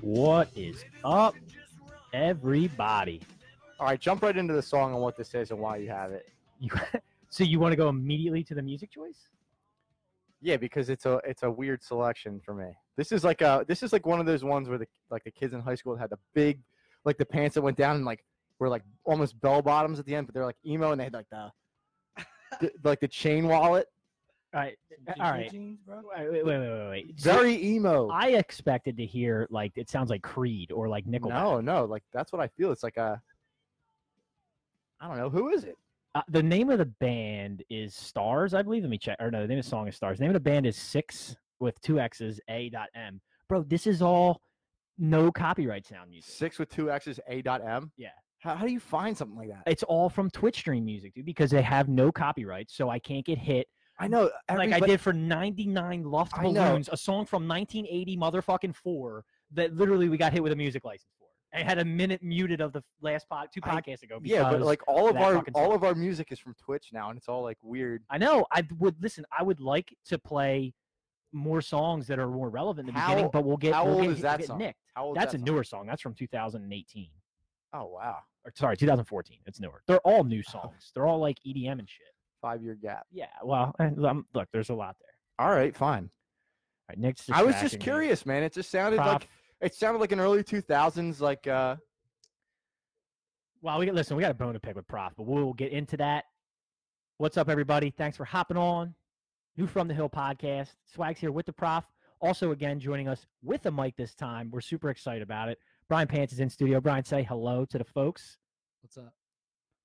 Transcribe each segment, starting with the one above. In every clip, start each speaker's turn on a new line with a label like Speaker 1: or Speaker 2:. Speaker 1: What is up, everybody?
Speaker 2: All right, jump right into the song and what this is and why you have it.
Speaker 1: You, so you want to go immediately to the music choice?
Speaker 2: Yeah, because it's a it's a weird selection for me. This is like a this is like one of those ones where the like the kids in high school had the big like the pants that went down and like were like almost bell bottoms at the end, but they're like emo and they had like the, the like the chain wallet.
Speaker 1: All right, all right. Wait, wait, wait, wait, wait. So
Speaker 2: Very emo.
Speaker 1: I expected to hear like it sounds like Creed or like Nickelback.
Speaker 2: No, no, like that's what I feel. It's like a I don't know who is it.
Speaker 1: Uh, the name of the band is Stars, I believe. Let me check. Or no, the name of the song is Stars. The name of the band is Six with two X's, A dot M. Bro, this is all no copyright sound music.
Speaker 2: Six with two X's, A dot M.
Speaker 1: Yeah.
Speaker 2: How, how do you find something like that?
Speaker 1: It's all from Twitch stream music, dude, because they have no copyright, so I can't get hit.
Speaker 2: I know.
Speaker 1: like I
Speaker 2: everybody-
Speaker 1: did for 99 Loft
Speaker 2: I know.
Speaker 1: Balloons, a song from 1980 motherfucking four that literally we got hit with a music license for. I had a minute muted of the last pod, two
Speaker 2: I-
Speaker 1: podcasts ago.
Speaker 2: Yeah, but
Speaker 1: because-
Speaker 2: like all of
Speaker 1: that
Speaker 2: our
Speaker 1: fucking
Speaker 2: all
Speaker 1: song.
Speaker 2: of our music is from Twitch now, and it's all like weird.
Speaker 1: I know. I would listen. I would like to play more songs that are more relevant in the beginning,
Speaker 2: How-
Speaker 1: but we'll get
Speaker 2: how
Speaker 1: we'll
Speaker 2: old
Speaker 1: get,
Speaker 2: is
Speaker 1: hit-
Speaker 2: that
Speaker 1: we'll get
Speaker 2: song?
Speaker 1: nicked.
Speaker 2: How old? is
Speaker 1: That's a
Speaker 2: that song?
Speaker 1: newer song. That's from 2018,
Speaker 2: Oh wow,
Speaker 1: or sorry, 2014. It's newer. They're all new
Speaker 2: Oh.
Speaker 1: songs. They're all like EDM and shit.
Speaker 2: five year gap.
Speaker 1: Yeah. Well, I, um look, there's a lot there.
Speaker 2: All right, fine.
Speaker 1: All right, Nick's.
Speaker 2: I was just
Speaker 1: distracting me.
Speaker 2: curious, man. It just sounded
Speaker 1: Prop-
Speaker 2: like it sounded like an early two thousands, like uh,
Speaker 1: Well, we listen. We got a bone to pick with Prof, but we'll get into that. What's up, everybody? Thanks for hopping on. New from the Hill podcast. Swags here with the Prof. Also, again, joining us with a mic this time. We're super excited about it. Brian Pants is in studio. Brian, say hello to the folks.
Speaker 3: What's up?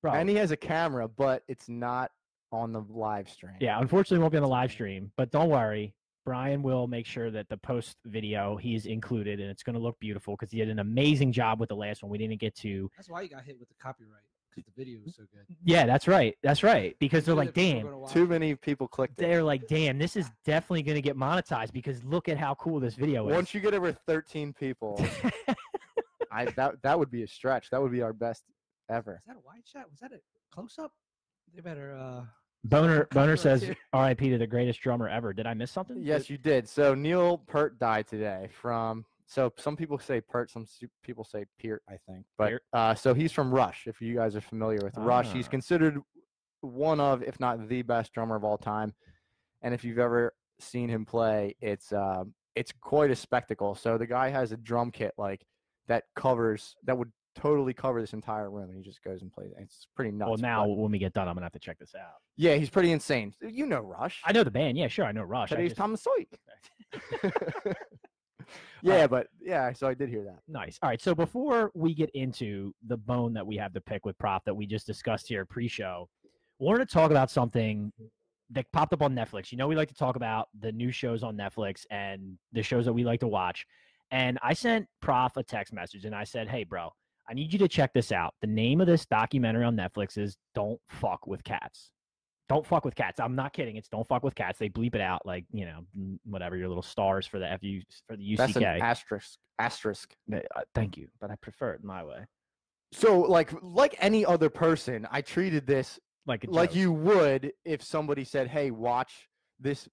Speaker 1: Bro,
Speaker 2: and he has a camera, but it's not on the live stream.
Speaker 1: yeah, unfortunately, won't be on the live stream, but don't worry. Brian will make sure that the post video he is included, and it's going to look beautiful because he did an amazing job with the last one. We didn't get to.
Speaker 3: That's why you got hit with the copyright because the video was so good.
Speaker 1: Yeah, that's right. That's right. Because they're like, damn,
Speaker 2: too many people clicked it.
Speaker 1: they're like, damn, this is definitely going to get monetized because look at how cool this video is.
Speaker 2: Once you get over thirteen people, I that that would be a stretch. That would be our best ever.
Speaker 3: Is that a wide shot? Was that a close up? They better. uh
Speaker 1: Boner Boner
Speaker 3: Right
Speaker 1: says,
Speaker 3: here.
Speaker 1: "R.I.P. to the greatest drummer ever." Did I miss something?
Speaker 2: Yes, you did. So Neil Pert died today from. So some people say Pert, some su- people say Peart, I think. But
Speaker 1: Peart.
Speaker 2: uh, so he's from Rush. If you guys are familiar with Rush, he's
Speaker 1: Ah.
Speaker 2: considered one of, if not the best drummer of all time. And if you've ever seen him play, it's um, it's quite a spectacle. So the guy has a drum kit like that covers that would totally cover this entire room, and he just goes and plays. it. It's pretty nuts.
Speaker 1: well,
Speaker 2: but-
Speaker 1: now when we get done, I'm gonna have to check this out.
Speaker 2: yeah, he's pretty insane. You know Rush.
Speaker 1: I know the band. Yeah, sure, I know Rush. I
Speaker 2: Today's
Speaker 1: just-
Speaker 2: Thomas Soik.
Speaker 1: Uh,
Speaker 2: yeah, but yeah, so I did hear that.
Speaker 1: Nice. All right. So before we get into the bone that we have to pick with prop that we just discussed here pre-show, we're going to talk about something that popped up on Netflix. You know, we like to talk about the new shows on Netflix and the shows that we like to watch. And I sent Prof a text message and I said, "Hey, bro, I need you to check this out. The name of this documentary on Netflix is Don't Fuck with Cats." Don't fuck with cats. I'm not kidding. It's don't fuck with cats. They bleep it out like you know n- whatever your little stars for the fu for the UCK.
Speaker 2: That's an asterisk. Asterisk.
Speaker 1: No, uh, thank you, but I prefer it my way.
Speaker 2: So like like any other person, I treated this
Speaker 1: Like a
Speaker 2: like
Speaker 1: joke.
Speaker 2: you would if somebody said, "Hey, watch this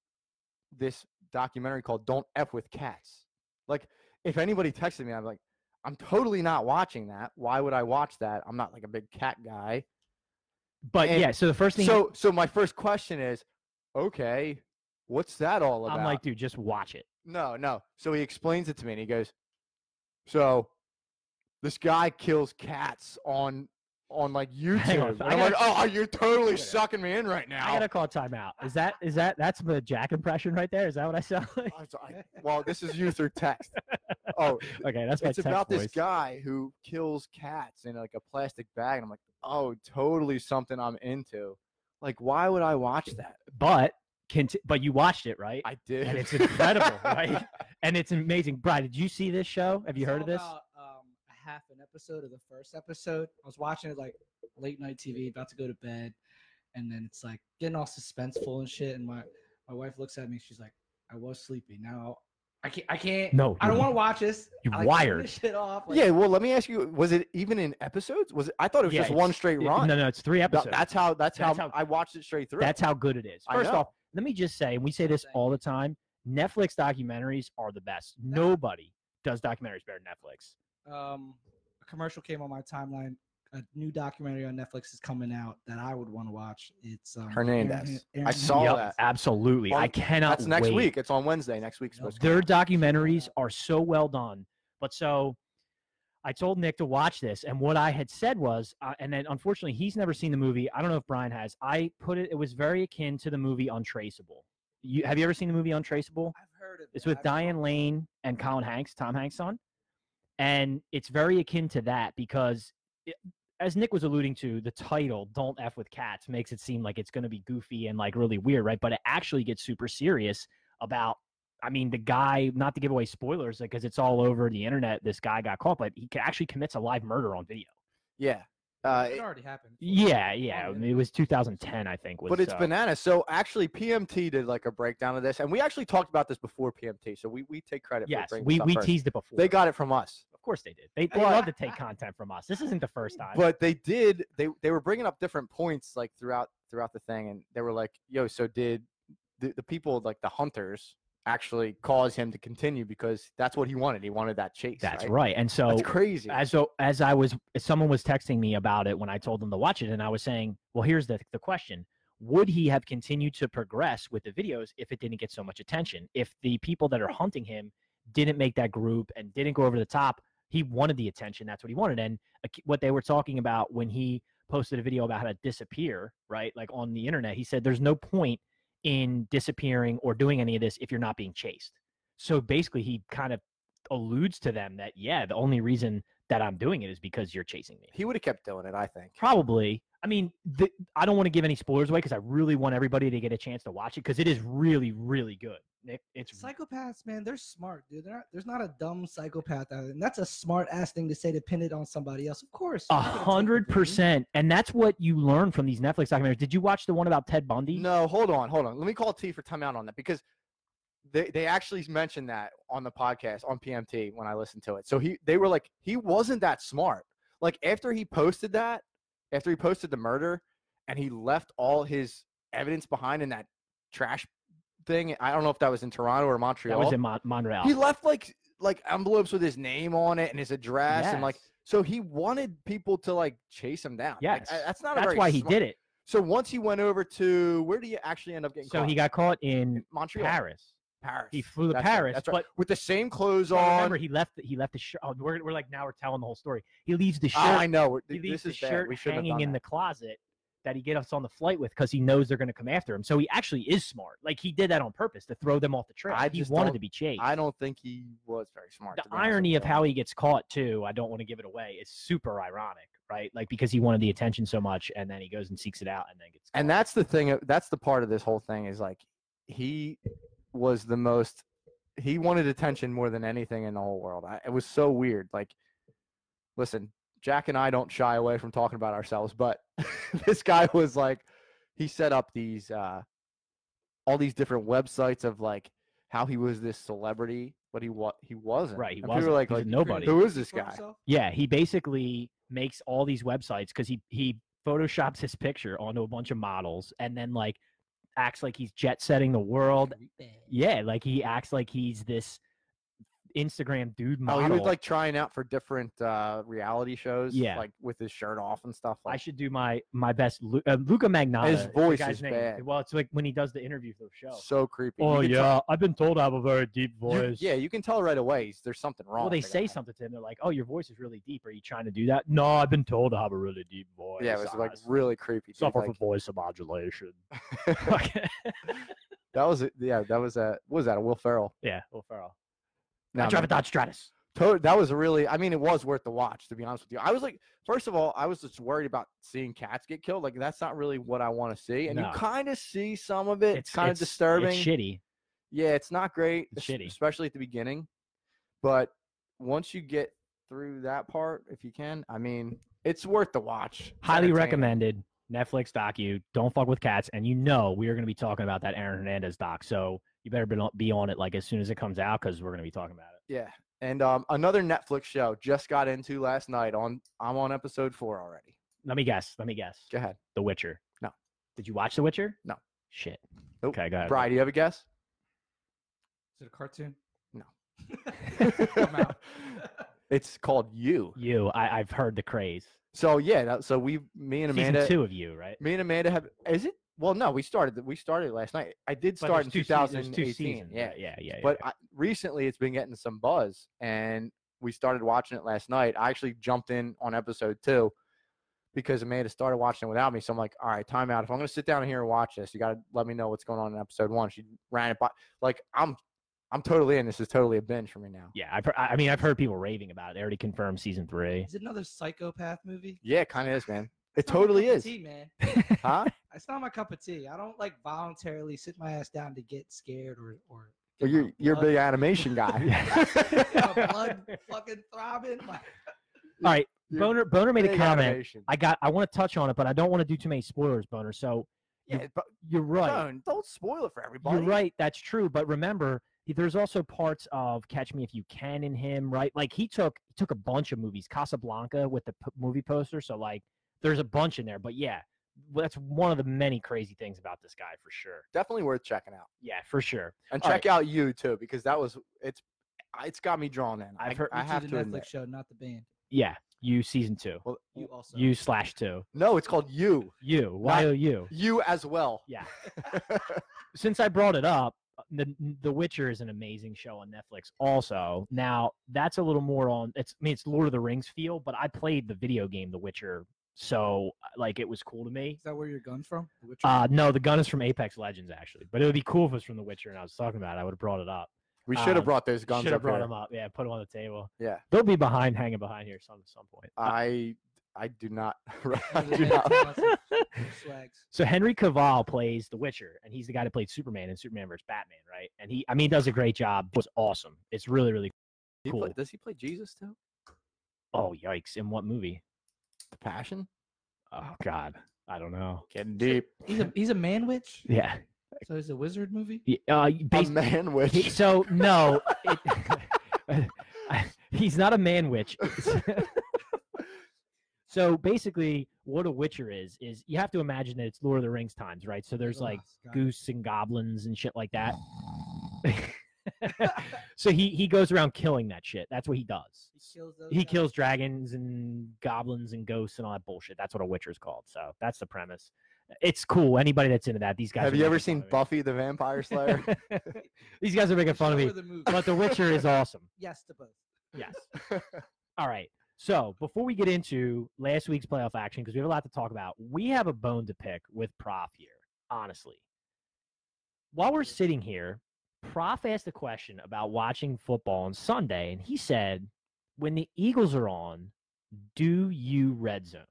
Speaker 2: this documentary called Don't F with Cats." Like if anybody texted me, I'm like, "I'm totally not watching that. Why would I watch that? I'm not like a big cat guy."
Speaker 1: But
Speaker 2: and
Speaker 1: yeah, so the first thing
Speaker 2: So so my first question is, "Okay, what's that all about?"
Speaker 1: I'm like, dude, just watch it.
Speaker 2: No, no. So he explains it to me and he goes, So this guy kills cats on on like
Speaker 1: Hang
Speaker 2: YouTube.
Speaker 1: on,
Speaker 2: And
Speaker 1: I
Speaker 2: I'm like,
Speaker 1: gotta-
Speaker 2: Oh, you're totally
Speaker 1: gotta-
Speaker 2: sucking me in right
Speaker 1: I
Speaker 2: now.
Speaker 1: gotta call timeout. Is that is that that's the Jack impression right there? Is that what I sound like?
Speaker 2: I was like, well, this is you through text. Oh,
Speaker 1: Okay, that's my
Speaker 2: it's
Speaker 1: text
Speaker 2: about this
Speaker 1: voice.
Speaker 2: guy who kills cats in like a plastic bag. And I'm like, Oh, totally something I'm into. Like, why would I watch that?
Speaker 1: But can but you watched it right?
Speaker 2: I did.
Speaker 1: and it's incredible, right? And it's amazing. Brian, did you see this show? Have you
Speaker 3: it's
Speaker 1: heard
Speaker 3: all
Speaker 1: of this?
Speaker 3: About, um, a half an episode of the first episode. I was watching it like late night TV, about to go to bed, and then it's like getting all suspenseful and shit. And my my wife looks at me. She's like, "I was sleepy. Now I can't. I can't.
Speaker 1: No,
Speaker 3: I don't
Speaker 1: you-
Speaker 3: want to watch this.
Speaker 1: you're
Speaker 3: I, like, turned
Speaker 1: wired.
Speaker 3: This shit off. like,
Speaker 2: yeah, well, let me ask you: Was it even in episodes? Was it? I thought it was
Speaker 1: Yeah,
Speaker 2: just one
Speaker 1: it's-
Speaker 2: straight
Speaker 1: Yeah,
Speaker 2: run.
Speaker 1: No, no, it's three
Speaker 2: Th-
Speaker 1: episodes.
Speaker 2: That's how. That's,
Speaker 1: That's
Speaker 2: how,
Speaker 1: how-
Speaker 2: I watched it straight through.
Speaker 1: That's how good it is.
Speaker 2: I
Speaker 1: First
Speaker 2: know.
Speaker 1: off, let me just say, and we say this all the time Netflix documentaries are the best. Nobody does documentaries better than Netflix?
Speaker 3: um, a commercial came on my timeline. A new documentary on Netflix is coming out that I would want to watch. It's um,
Speaker 2: Hernandez.
Speaker 3: Aaron-
Speaker 2: I
Speaker 3: Aaron
Speaker 2: saw
Speaker 3: Hernandez.
Speaker 1: Yup,
Speaker 2: that.
Speaker 1: absolutely. I
Speaker 2: On-
Speaker 1: cannot.
Speaker 2: That's next
Speaker 1: wait.
Speaker 2: week. It's on Wednesday. Next week's
Speaker 3: Nope.
Speaker 2: supposed to
Speaker 1: their documentaries are so well done. But so I told Nick to watch this, and what I had said was, uh, and then unfortunately he's never seen the movie. I don't know if Brian has. I put it; it was very akin to the movie Untraceable. You have you ever seen the movie Untraceable?
Speaker 3: I've heard of
Speaker 1: It's
Speaker 3: it.
Speaker 1: with
Speaker 3: I've-
Speaker 1: Diane Lane and Colin Hanks, Tom Hanks' son, and it's very akin to that because, it, as Nick was alluding to, the title "Don't F with Cats" makes it seem like it's going to be goofy and like really weird, right? But it actually gets super serious about. I mean, the guy. Not to give away spoilers because it's all over the internet. This guy got caught, but he ca- actually commits a live murder on video.
Speaker 2: go. Yeah. Uh,
Speaker 3: It
Speaker 2: it-
Speaker 3: already happened.
Speaker 1: Yeah, yeah.
Speaker 3: the
Speaker 1: It was 2010, I think. Was
Speaker 2: Oh, but it's
Speaker 1: uh,
Speaker 2: bananas. So actually, PMT did like a breakdown of this, and we actually talked about this before PMT. So we, we take credit.
Speaker 1: Yes,
Speaker 2: for bringing
Speaker 1: we
Speaker 2: this up
Speaker 1: we
Speaker 2: first.
Speaker 1: teased it before.
Speaker 2: They got it from us,
Speaker 1: of course they did. They they
Speaker 2: But-
Speaker 1: love to take content from us. This isn't the first time.
Speaker 2: but they did. They they were bringing up different points like throughout throughout the thing, and they were like, "Yo, so did the, the people like the hunters actually cause him to continue because that's what he wanted? He wanted that chase.
Speaker 1: That's
Speaker 2: right.
Speaker 1: right. And so
Speaker 2: That's crazy.
Speaker 1: as so as I was as someone was texting me about it when I told them to watch it, and I was saying, well, here's the the question: Would he have continued to progress with the videos if it didn't get so much attention? If the people that are hunting him didn't make that group and didn't go over the top, he wanted the attention. That's what he wanted. And uh, k- what they were talking about when he posted a video about how to disappear, right? Like on the internet, he said, "There's no point in disappearing or doing any of this if you're not being chased." So basically, he kind of alludes to them that yeah, the only reason that I'm doing it is because you're chasing me.
Speaker 2: he would have kept doing it, I think.
Speaker 1: Probably. I mean, the, I don't want to give any spoilers away because I really want everybody to get a chance to watch it because it is really, really good. Nick, it's
Speaker 3: Psychopaths, man, they're smart, dude. They're not, there's not a dumb psychopath out there, and that's a smart ass thing to say to pin it on somebody else. Of course,
Speaker 1: a
Speaker 3: you're not gonna take the
Speaker 1: hundred
Speaker 3: blame.
Speaker 1: percent, and that's what you learn from these Netflix documentaries. Did you watch the one about Ted Bundy?
Speaker 2: No, hold on, hold on. Let me call T for timeout on that because they, they actually mentioned that on the podcast on PMT when I listened to it. So he they were like he wasn't that smart. Like after he posted that, after he posted the murder, and he left all his evidence behind in that trash thing. I don't know if that was in Toronto or Montreal.
Speaker 1: that was in Mon- Montreal.
Speaker 2: he left like like envelopes with his name on it and his address and like
Speaker 1: Yes.
Speaker 2: so he wanted people to like chase him down. Like,
Speaker 1: Yes.
Speaker 2: I- that's not. a
Speaker 1: that's
Speaker 2: very
Speaker 1: why he
Speaker 2: smart-
Speaker 1: did it.
Speaker 2: So once he went over to where do you actually end up getting?
Speaker 1: So
Speaker 2: caught?
Speaker 1: he got caught in
Speaker 2: In Montreal,
Speaker 1: Paris.
Speaker 2: Paris.
Speaker 1: He flew to
Speaker 2: That's right,
Speaker 1: Paris,
Speaker 2: that's right.
Speaker 1: but
Speaker 2: with the same clothes
Speaker 1: but
Speaker 2: on.
Speaker 1: remember he left. He left the shirt. Oh, we're, we're like now we're telling the whole story. He leaves the shirt.
Speaker 2: Ah, I know. we're-
Speaker 1: he
Speaker 2: th-
Speaker 1: leaves
Speaker 2: this
Speaker 1: the
Speaker 2: is bad.
Speaker 1: shirt
Speaker 2: We shouldn't have
Speaker 1: hanging
Speaker 2: done
Speaker 1: in the closet that he gets us on the flight with because he knows they're going to come after him. So he actually is smart. Like he did that on purpose to throw them off the trail.
Speaker 2: I
Speaker 1: he
Speaker 2: just
Speaker 1: wanted
Speaker 2: don't-
Speaker 1: to be chased.
Speaker 2: that. I don't think he was very smart.
Speaker 1: the
Speaker 2: to be honest with
Speaker 1: irony of
Speaker 2: you.
Speaker 1: how he gets caught too. I don't want to give it away. Is super ironic, right? Like because he wanted the attention so much, and then he goes and seeks it out, and then gets.
Speaker 2: And
Speaker 1: caught.
Speaker 2: that's the thing. of- That's the part of this whole thing is like he was the most. He wanted attention more than anything in the whole world. I, it was so weird. Like, listen, Jack and I don't shy away from talking about ourselves, but this guy was like, he set up these uh, all these different websites of like how he was this celebrity, but he was he wasn't.
Speaker 1: right. He
Speaker 2: and
Speaker 1: was
Speaker 2: People were like,
Speaker 1: like,
Speaker 2: like
Speaker 1: nobody.
Speaker 2: who is this
Speaker 3: For
Speaker 2: guy?
Speaker 3: himself?
Speaker 1: Yeah, he basically makes all these websites because he he photoshops his picture onto a bunch of models, and then like acts like he's jet setting the world, Yeah, like he acts like he's this Instagram dude
Speaker 2: Oh,
Speaker 1: model.
Speaker 2: he was like trying out for different uh, reality shows,
Speaker 1: Yeah.
Speaker 2: like with his shirt off and stuff. Like,
Speaker 1: I should do my my best. Lu- uh, Luca Magnotta.
Speaker 2: His
Speaker 1: is the
Speaker 2: voice
Speaker 1: guy's
Speaker 2: is
Speaker 1: name.
Speaker 2: bad.
Speaker 1: Well, it's like when he does the interview for the show.
Speaker 2: so creepy. You
Speaker 1: oh
Speaker 2: can
Speaker 1: yeah,
Speaker 2: tell-
Speaker 1: I've been told I have a very deep
Speaker 2: you-
Speaker 1: voice.
Speaker 2: yeah, you can tell right away he's- there's something wrong.
Speaker 1: Well, they
Speaker 2: with the
Speaker 1: say
Speaker 2: guy.
Speaker 1: something to him. They're like, "Oh, your voice is really deep. Are you trying to do that?" No, I've been told I have a really deep voice.
Speaker 2: Yeah, it was like
Speaker 1: I
Speaker 2: really creepy. dude,
Speaker 1: suffer
Speaker 2: like-
Speaker 1: from voice modulation. Fuck.
Speaker 2: that was a- yeah, that was a what was that a Will Ferrell?
Speaker 1: yeah, Will Ferrell.
Speaker 2: No,
Speaker 1: I drive a
Speaker 2: man,
Speaker 1: Dodge Stratus.
Speaker 2: to- that was a really. I mean, it was worth the watch to be honest with you. I was like, first of all, I was just worried about seeing cats get killed. Like that's not really what I want to see, and
Speaker 1: No.
Speaker 2: you kind of see some of it. It's kind of disturbing.
Speaker 1: It's shitty.
Speaker 2: Yeah, it's not great,
Speaker 1: It's
Speaker 2: es-
Speaker 1: shitty.
Speaker 2: especially at the beginning. But once you get through that part, if you can, I mean, it's worth the watch. It's
Speaker 1: highly
Speaker 2: entertaining.
Speaker 1: recommended Netflix docu. Don't fuck with cats, and you know we are going to be talking about that Aaron Hernandez doc, so you better be on- be on it like as soon as it comes out because we're going to be talking about it.
Speaker 2: Yeah, and um, another Netflix show just got into last night. On I'm on episode four already.
Speaker 1: Let me guess. Let me guess.
Speaker 2: Go ahead,
Speaker 1: The Witcher.
Speaker 2: No.
Speaker 1: Did you watch The Witcher?
Speaker 2: No.
Speaker 1: Shit.
Speaker 2: Nope.
Speaker 1: Okay, go ahead.
Speaker 2: Brian. Do you have a guess?
Speaker 3: Is it a cartoon?
Speaker 2: No.
Speaker 3: I'm out.
Speaker 2: it's called You.
Speaker 1: You, I, I've heard the craze.
Speaker 2: So yeah, that, so we, me and Amanda,
Speaker 1: Season two of you, right?
Speaker 2: me and Amanda have. Is it? Well, no, we started. th- We started last night. I did
Speaker 1: But
Speaker 2: start
Speaker 1: there's
Speaker 2: in
Speaker 1: two se- there's
Speaker 2: 2018.
Speaker 1: two seasons,
Speaker 2: yeah,
Speaker 1: right? yeah, yeah, yeah.
Speaker 2: but I, recently it's been getting some buzz and we started watching it last night i actually jumped in on episode two because amanda started watching it without me so i'm like all right time out if i'm going to sit down here and watch this you got to let me know what's going on in episode one she ran it by like i'm i'm totally in this is totally a binge for me now
Speaker 1: yeah, I've heard, I I mean, I've heard people raving about it. They already confirmed season three.
Speaker 3: Is it another psychopath movie?
Speaker 2: yeah it kind of is man it
Speaker 3: It's not my
Speaker 2: totally
Speaker 3: cup of
Speaker 2: is
Speaker 3: tea, man.
Speaker 2: huh
Speaker 3: It's not my cup of tea. I don't like voluntarily sit my ass down to get scared or or.
Speaker 2: well,
Speaker 3: get
Speaker 2: you're,
Speaker 3: my
Speaker 2: you're a
Speaker 3: blood-
Speaker 2: big animation guy
Speaker 3: my blood fucking throbbing. Like,
Speaker 1: All right,
Speaker 2: You're
Speaker 1: Boner, Boner made a
Speaker 2: big
Speaker 1: comment.
Speaker 2: animation.
Speaker 1: I got. I want to touch on it, but I don't want to do too many spoilers, Boner. So
Speaker 2: yeah, but
Speaker 1: you're right.
Speaker 2: don't, don't spoil it for everybody
Speaker 1: You're right. That's true. But remember, he- there's also parts of Catch Me If You Can in him, right? Like he took he took a bunch of movies, Casablanca with the p- movie poster. So like, there's a bunch in there. But yeah, w- that's one of the many crazy things about this guy for sure.
Speaker 2: definitely worth checking out
Speaker 1: Yeah, for sure.
Speaker 2: and
Speaker 1: All
Speaker 2: check out you too because that was it's I- it's got me drawn in.
Speaker 1: I've
Speaker 2: I,
Speaker 1: heard-
Speaker 2: I
Speaker 3: you two,
Speaker 2: have
Speaker 3: the
Speaker 2: to
Speaker 3: Netflix
Speaker 2: admit.
Speaker 3: show, not the band.
Speaker 1: Yeah, you season two,
Speaker 2: Well,
Speaker 3: You also.
Speaker 1: you slash two,
Speaker 2: no, it's called you.
Speaker 1: you Y O U.
Speaker 2: You as well.
Speaker 1: Yeah. since I brought it up, uh, the The Witcher is an amazing show on Netflix. Also, now that's a little more on it's. I mean, it's Lord of the Rings feel, but I played the video game The Witcher, so uh, like it was cool to me.
Speaker 3: Is that where your gun's from? The Witcher?
Speaker 1: Uh, no, the gun is from Apex Legends actually, but it would be cool if it was from The Witcher. And I was talking about, it. I would have brought it up.
Speaker 2: we should have
Speaker 1: Um,
Speaker 2: brought those guns
Speaker 1: Should have
Speaker 2: up
Speaker 1: brought
Speaker 2: here.
Speaker 1: them up. Yeah, put them on the table.
Speaker 2: Yeah.
Speaker 1: they'll be behind, hanging behind here some some point. Uh,
Speaker 2: I I do not. I
Speaker 3: Those are
Speaker 2: do
Speaker 3: the
Speaker 2: not.
Speaker 3: best announcements. Swags.
Speaker 1: So Henry Cavill plays The Witcher, and he's the guy that played Superman in Superman vs. Batman, right? And he, I mean, he does a great job. It was awesome. It's really, really
Speaker 2: He play-
Speaker 1: Cool.
Speaker 2: does he play Jesus too?
Speaker 1: Oh yikes! In what movie?
Speaker 2: The Passion.
Speaker 1: Oh god, I don't know.
Speaker 2: Getting deep.
Speaker 3: He's a he's a man witch.
Speaker 1: Yeah.
Speaker 3: So he's a wizard movie.
Speaker 1: Y- Uh,
Speaker 2: A
Speaker 1: based,
Speaker 2: man
Speaker 1: he-
Speaker 2: witch.
Speaker 1: so no, it, he's not a man witch. It's- so basically, what a witcher is is you have to imagine that it's Lord of the Rings times, right? So there's
Speaker 3: Oh,
Speaker 1: like
Speaker 3: Scott.
Speaker 1: goose and goblins and shit like that. so he he goes around killing that shit. That's what he does.
Speaker 3: He kills. Those
Speaker 1: he
Speaker 3: guys.
Speaker 1: kills dragons and goblins and ghosts and all that bullshit. That's what a witcher's called. So that's the premise. It's cool. Anybody that's into that, these guys.
Speaker 2: Have
Speaker 1: are
Speaker 2: you ever
Speaker 1: making
Speaker 2: seen
Speaker 1: fun
Speaker 2: Buffy the Vampire
Speaker 1: of
Speaker 2: Slayer?
Speaker 1: me. these guys are making fun of
Speaker 3: Show
Speaker 1: me.
Speaker 3: her the movie.
Speaker 1: But The Witcher is awesome.
Speaker 3: yes to both.
Speaker 1: Yes. All right. So before we get into last week's playoff action, because we have a lot to talk about, we have a bone to pick with Prof here. Honestly, while we're sitting here, Prof asked a question about watching football on Sunday, and he said, "When the Eagles are on, do you red zone?"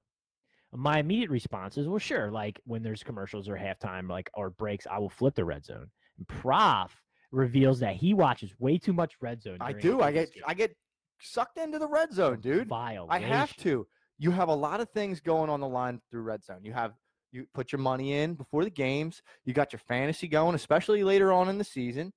Speaker 1: My immediate response is, "Well, sure. Like when there's commercials or halftime, like or breaks, I will flip the red zone." And Prof reveals that he watches way too much red zone.
Speaker 2: I
Speaker 1: during
Speaker 2: do.
Speaker 1: the
Speaker 2: I
Speaker 1: Eagles
Speaker 2: get
Speaker 1: game.
Speaker 2: I get sucked into the red zone, Oh, dude. I have
Speaker 1: Violation.
Speaker 2: to. You have a lot of things going on the line through red zone. You have you put your money in before the games. You got your fantasy going, especially later on in the season.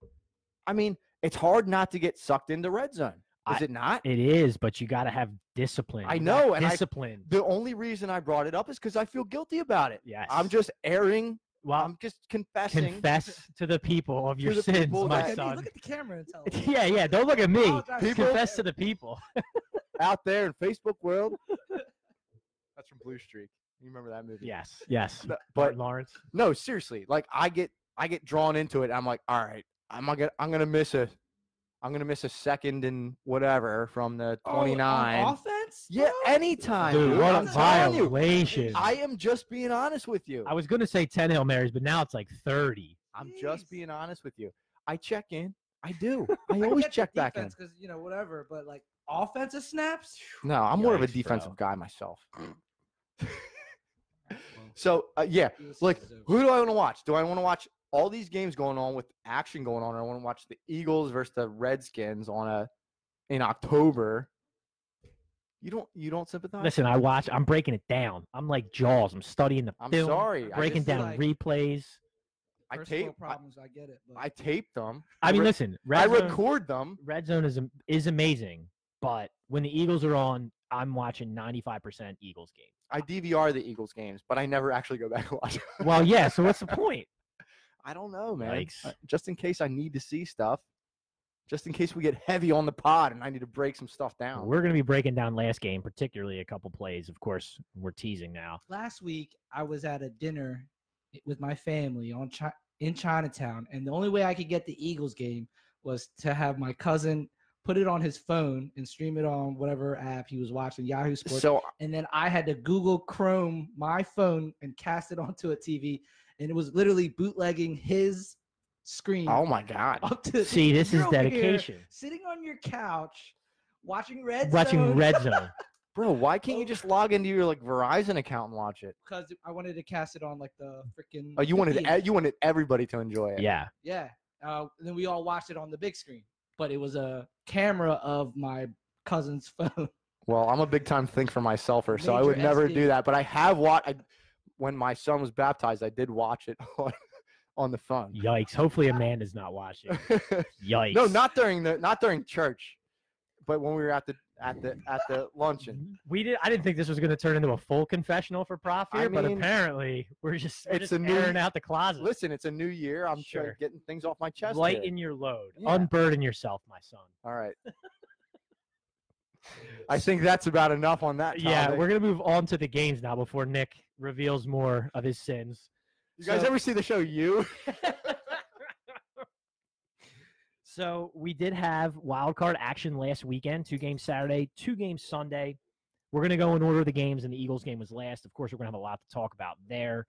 Speaker 2: I mean, it's hard not to get sucked into red zone. Is
Speaker 1: I-
Speaker 2: it not?
Speaker 1: It is, but you got to have discipline.
Speaker 2: I
Speaker 1: You got
Speaker 2: know, and I-
Speaker 1: discipline.
Speaker 2: the only reason I brought it up is because I feel guilty about it.
Speaker 1: yes, Uh,
Speaker 2: I'm just airing.
Speaker 1: well.
Speaker 2: I'm just confessing.
Speaker 1: confess to the people of your
Speaker 2: the
Speaker 1: sins,
Speaker 2: people
Speaker 1: my
Speaker 2: that-
Speaker 3: Look at me,
Speaker 1: son.
Speaker 3: Look at the camera and tell. them.
Speaker 1: yeah, yeah. Don't look at me.
Speaker 3: Apologize to
Speaker 2: People-
Speaker 1: Confess to the people.
Speaker 2: out there in Facebook world. That's from Blue Streak. You remember that movie?
Speaker 1: yes, yes.
Speaker 2: No, But
Speaker 1: But Lawrence,
Speaker 2: No, seriously. Like I get I get drawn into it. I'm like, all right, I'm gonna I'm gonna miss a I'm gonna miss a second and whatever from the
Speaker 3: Oh, on
Speaker 2: 29.
Speaker 3: offense?
Speaker 2: yeah,
Speaker 3: bro?
Speaker 2: anytime.
Speaker 1: dude,
Speaker 2: dude,
Speaker 1: what
Speaker 2: I'm
Speaker 1: a
Speaker 2: telling you,
Speaker 1: violation!
Speaker 2: I
Speaker 1: I,
Speaker 2: am just being honest with you.
Speaker 1: was gonna say ten hail marys, but now it's like thirty.
Speaker 2: I'm just
Speaker 3: Jeez.
Speaker 2: being honest with you. I check in. I do. I
Speaker 3: I
Speaker 2: always
Speaker 3: get the
Speaker 2: check back in.
Speaker 3: defense because you know whatever, but like offensive snaps.
Speaker 2: No, I'm more of a
Speaker 1: Yikes,
Speaker 2: defensive
Speaker 1: bro.
Speaker 2: guy myself.
Speaker 3: Well,
Speaker 2: So uh, yeah,
Speaker 3: this
Speaker 2: like
Speaker 3: is over.
Speaker 2: who do I want to watch? Do I want to watch all these games going on with action going on, or I want to watch the Eagles versus the Redskins on a in October? You don't you don't sympathize?
Speaker 1: Listen, I watch. I'm breaking it down. I'm like Jaws. I'm studying the
Speaker 2: I'm
Speaker 1: film,
Speaker 2: sorry. I,
Speaker 1: breaking
Speaker 2: just,
Speaker 3: feel
Speaker 1: down
Speaker 3: like-
Speaker 1: replays.
Speaker 2: I
Speaker 3: Personal
Speaker 2: tape I,
Speaker 3: problems. I, get it. But
Speaker 2: I tape them.
Speaker 1: I mean,
Speaker 2: re-
Speaker 1: listen. red
Speaker 2: I
Speaker 1: zone-
Speaker 2: record them.
Speaker 1: red zone is am- is amazing, but when the Eagles are on, I'm watching 95% Eagles game.
Speaker 2: I DVR the Eagles games, but I never actually go back and watch. 'em.
Speaker 1: Well, yeah. So what's the point?
Speaker 2: I don't know, man.
Speaker 1: Yikes.
Speaker 2: Uh, Just in case I need to see stuff. just in case we get heavy on the pod and I need to break some stuff down.
Speaker 1: We're going to be breaking down last game, particularly a couple plays. Of course, we're teasing now.
Speaker 3: Last week, I was at a dinner i- with my family on Chi- in Chinatown, and the only way I could get the Eagles game was to have my cousin put it on his phone and stream it on whatever app he was watching, Yahoo Sports.
Speaker 2: So
Speaker 3: and then I had to Google Chrome my phone and cast it onto a TV, and it was literally bootlegging his screen
Speaker 2: oh my god.
Speaker 3: up to.
Speaker 1: See, this
Speaker 3: you're
Speaker 1: is
Speaker 3: over here
Speaker 1: dedication.
Speaker 3: sitting on your couch, watching Red
Speaker 1: Watching
Speaker 3: Zone
Speaker 1: Red Zone.
Speaker 2: Bro, why can't you just log into your like Verizon account and watch it?
Speaker 3: because I wanted to cast it on like the freaking.
Speaker 2: Oh, you wanted e- you wanted everybody to enjoy it.
Speaker 1: yeah.
Speaker 3: Yeah. Uh, then we all watched it on the big screen, but it was a camera of my cousin's phone.
Speaker 2: Well, I'm a big time think for myselfer, so I
Speaker 3: Major
Speaker 2: would never
Speaker 3: SD.
Speaker 2: do that. But I have watched. I, when my son was baptized, I did watch it on, on the phone.
Speaker 1: Yikes. Hopefully, Amanda's not watching. Yikes.
Speaker 2: no, not during the not during church, but when we were at the at the at the luncheon.
Speaker 1: We did. I didn't think this was going to turn into a full confessional for Prof
Speaker 2: I
Speaker 1: here, but
Speaker 2: mean,
Speaker 1: apparently we're just we're
Speaker 2: it's
Speaker 1: just
Speaker 2: a new-
Speaker 1: airing out the closet.
Speaker 2: Listen, it's a new year. I'm sure.
Speaker 1: Sure.
Speaker 2: getting things off my chest. here.
Speaker 1: Lighten your load.
Speaker 2: Yeah.
Speaker 1: Unburden yourself, my son.
Speaker 2: All right. I think that's about enough on that.
Speaker 1: Yeah,
Speaker 2: topic.
Speaker 1: we're gonna move on to the games now before Nick reveals more of his sins.
Speaker 2: You guys
Speaker 1: so-
Speaker 2: ever see the show You?
Speaker 1: So we did have wild card action last weekend. Two games Saturday, two games Sunday. We're gonna go in order of the games, and the Eagles game was last. Of course, we're gonna have a lot to talk about there.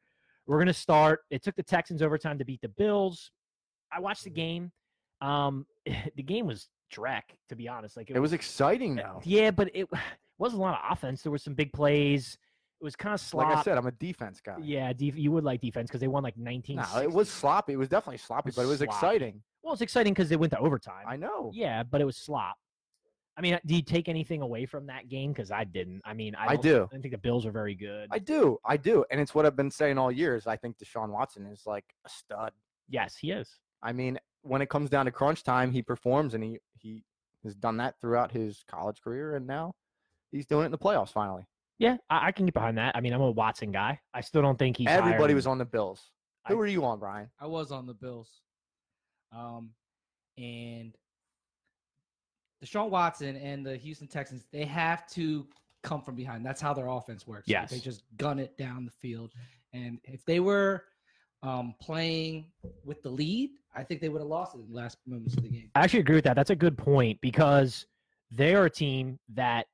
Speaker 1: We're gonna start. It took the Texans overtime to beat the Bills. I watched the game. Um, the game was dreck, to be honest. Like
Speaker 2: It was exciting
Speaker 1: uh,
Speaker 2: though.
Speaker 1: Yeah, but it wasn't a lot of offense. There were some big plays. It was kind of sloppy.
Speaker 2: Like I said, I'm a defense guy.
Speaker 1: yeah, def- you would like defense because they won like 19.
Speaker 2: No, it was sloppy. It was definitely sloppy,
Speaker 1: was
Speaker 2: but it was
Speaker 1: sloppy.
Speaker 2: exciting.
Speaker 1: Well, it's exciting because they went to overtime.
Speaker 2: I know.
Speaker 1: Yeah, but it was slop. I mean, uh, do you take anything away from that game? Because I didn't. I mean, I,
Speaker 2: I
Speaker 1: don't-
Speaker 2: do.
Speaker 1: I don't think the Bills are very good.
Speaker 2: I do. I do. And it's what I've been saying all year is I think Deshaun Watson is like a stud.
Speaker 1: yes, he is.
Speaker 2: I mean, when it comes down to crunch time, he performs and he he has done that throughout his college career and now he's doing it in the playoffs finally.
Speaker 1: Yeah, I, I can get behind that. I mean, I'm a Watson guy. I still don't think he's.
Speaker 2: Everybody
Speaker 1: hiring-
Speaker 2: was on the Bills. Who
Speaker 1: I-
Speaker 2: were you on, Brian?
Speaker 3: I was on the Bills. Um, and Deshaun Watson and the Houston Texans, they have to come from behind. That's how their offense works. Like, They
Speaker 1: Yes.
Speaker 3: just gun it down the field. And if they were um, playing with the lead, I think they would have lost it in the last moments of the game.
Speaker 1: I actually agree with that. That's a good point because they are a team that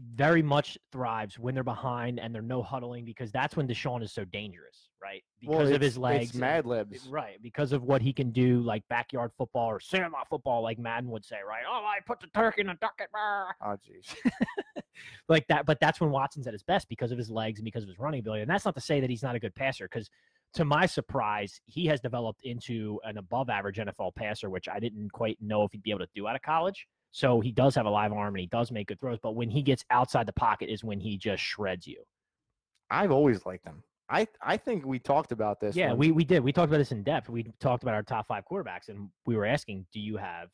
Speaker 1: very much thrives when they're behind and they're no huddling because that's when Deshaun is so dangerous, right? Because of
Speaker 2: it's-
Speaker 1: his legs.
Speaker 2: It's
Speaker 1: and-
Speaker 2: Mad Libs.
Speaker 1: Right, because of what he can do, like backyard football or cinema football, like Madden would say, right? Oh, I put the turkey in a ducket, brr,"
Speaker 2: Oh jeez.
Speaker 1: like that. But that's when Watson's at his best because of his legs and because of his running ability. And that's not to say that he's not a good passer, because to my surprise, he has developed into an above-average NFL passer, which I didn't quite know if he'd be able to do out of college. So he does have a live arm and he does make good throws. But when he gets outside the pocket, is when he just shreds you.
Speaker 2: I've always liked him. I I think we talked about this.
Speaker 1: yeah,
Speaker 2: when-
Speaker 1: we, we did. We talked about this in depth. We talked about our top five quarterbacks, and we were asking, do you have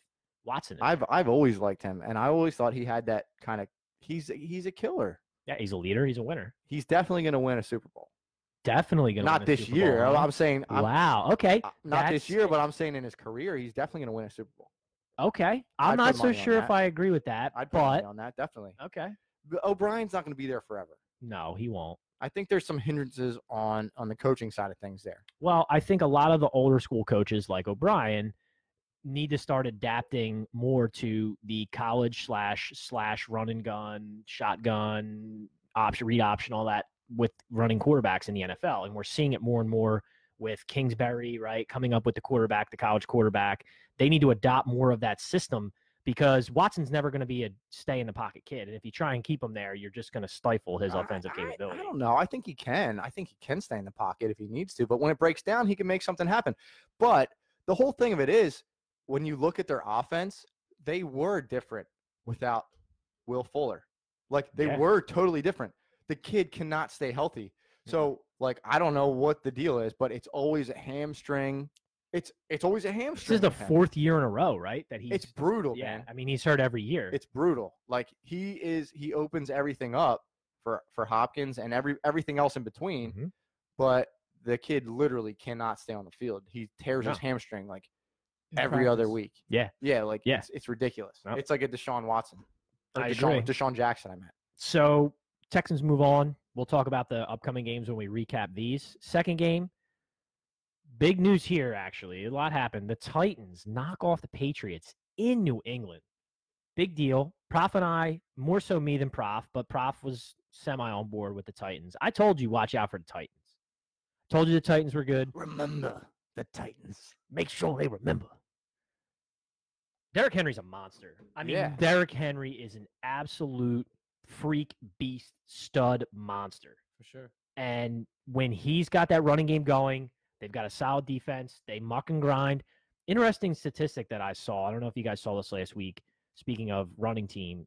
Speaker 1: Watson? in there?
Speaker 2: I've I've always liked him, and I always thought he had that kind of. He's he's a killer.
Speaker 1: Yeah, he's a leader. He's a winner.
Speaker 2: He's definitely going to win a Super Bowl.
Speaker 1: Definitely gonna
Speaker 2: Not
Speaker 1: win a
Speaker 2: this
Speaker 1: Super Bowl,
Speaker 2: year.
Speaker 1: huh?
Speaker 2: I'm saying I'm,
Speaker 1: wow. Okay.
Speaker 2: uh, not
Speaker 1: That's-
Speaker 2: this year, but I'm saying in his career, he's definitely going to win a Super Bowl.
Speaker 1: Okay.
Speaker 2: I'd
Speaker 1: I'm not
Speaker 2: put
Speaker 1: so
Speaker 2: money on
Speaker 1: sure if
Speaker 2: that.
Speaker 1: I agree with that.
Speaker 2: I'd put money
Speaker 1: but
Speaker 2: on that definitely.
Speaker 1: okay.
Speaker 2: But O'Brien's not going to be there forever.
Speaker 1: No, he won't.
Speaker 2: I think there's some hindrances on on the coaching side of things there.
Speaker 1: Well, I think a lot of the older school coaches like O'Brien need to start adapting more to the college slash slash run and gun, shotgun, option read option, all that with running quarterbacks in the NFL. And we're seeing it more and more with Kingsbury, right? Coming up with the quarterback, the college quarterback. They need to adopt more of that system because Watson's never going to be a stay in the pocket kid. And if you try and keep him there, you're just going to stifle his
Speaker 2: I-
Speaker 1: offensive
Speaker 2: I-
Speaker 1: capability.
Speaker 2: I don't know. I think he can. I think he can stay in the pocket if he needs to, but when it breaks down, he can make something happen. But the whole thing of it is when you look at their offense, they were different without Will Fuller. Like they
Speaker 1: Yeah.
Speaker 2: were totally different. The kid cannot stay healthy.
Speaker 1: Mhm.
Speaker 2: So, like I don't know what the deal is, but it's always a hamstring. It's it's always a
Speaker 1: This
Speaker 2: hamstring.
Speaker 1: is the
Speaker 2: with him.
Speaker 1: fourth year in a row, right? That he's
Speaker 2: It's brutal,
Speaker 1: Yeah,
Speaker 2: man.
Speaker 1: I mean, he's hurt every year.
Speaker 2: It's brutal. Like he is he opens everything up for for Hopkins and every everything else in between,
Speaker 1: Mhm.
Speaker 2: but the kid literally cannot stay on the field. He tears his
Speaker 1: No.
Speaker 2: hamstring like every other week.
Speaker 1: Yeah.
Speaker 2: Yeah, like
Speaker 1: Yeah.
Speaker 2: It's, it's ridiculous.
Speaker 1: No.
Speaker 2: It's like a Deshaun Watson. Or
Speaker 1: I
Speaker 2: Deshaun,
Speaker 1: agree.
Speaker 2: Deshaun Jackson, I meant.
Speaker 1: So Texans move on. We'll talk about the upcoming games when we recap these. Second game, big news here, actually. A lot happened. The Titans knock off the Patriots in New England. Big deal. Prof and I, more so me than Prof, but Prof was semi on board with the Titans. I told you, watch out for the Titans. Told you the Titans were good.
Speaker 2: Remember the Titans.
Speaker 1: Make sure they remember. Derrick Henry's a monster. I mean,
Speaker 2: Yeah.
Speaker 1: Derrick Henry is an absolute freak, beast, stud monster.
Speaker 3: for sure.
Speaker 1: And when he's got that running game going, they've got a solid defense. They muck and grind. Interesting statistic that I saw. I don't know if you guys saw this last week. Speaking of running team,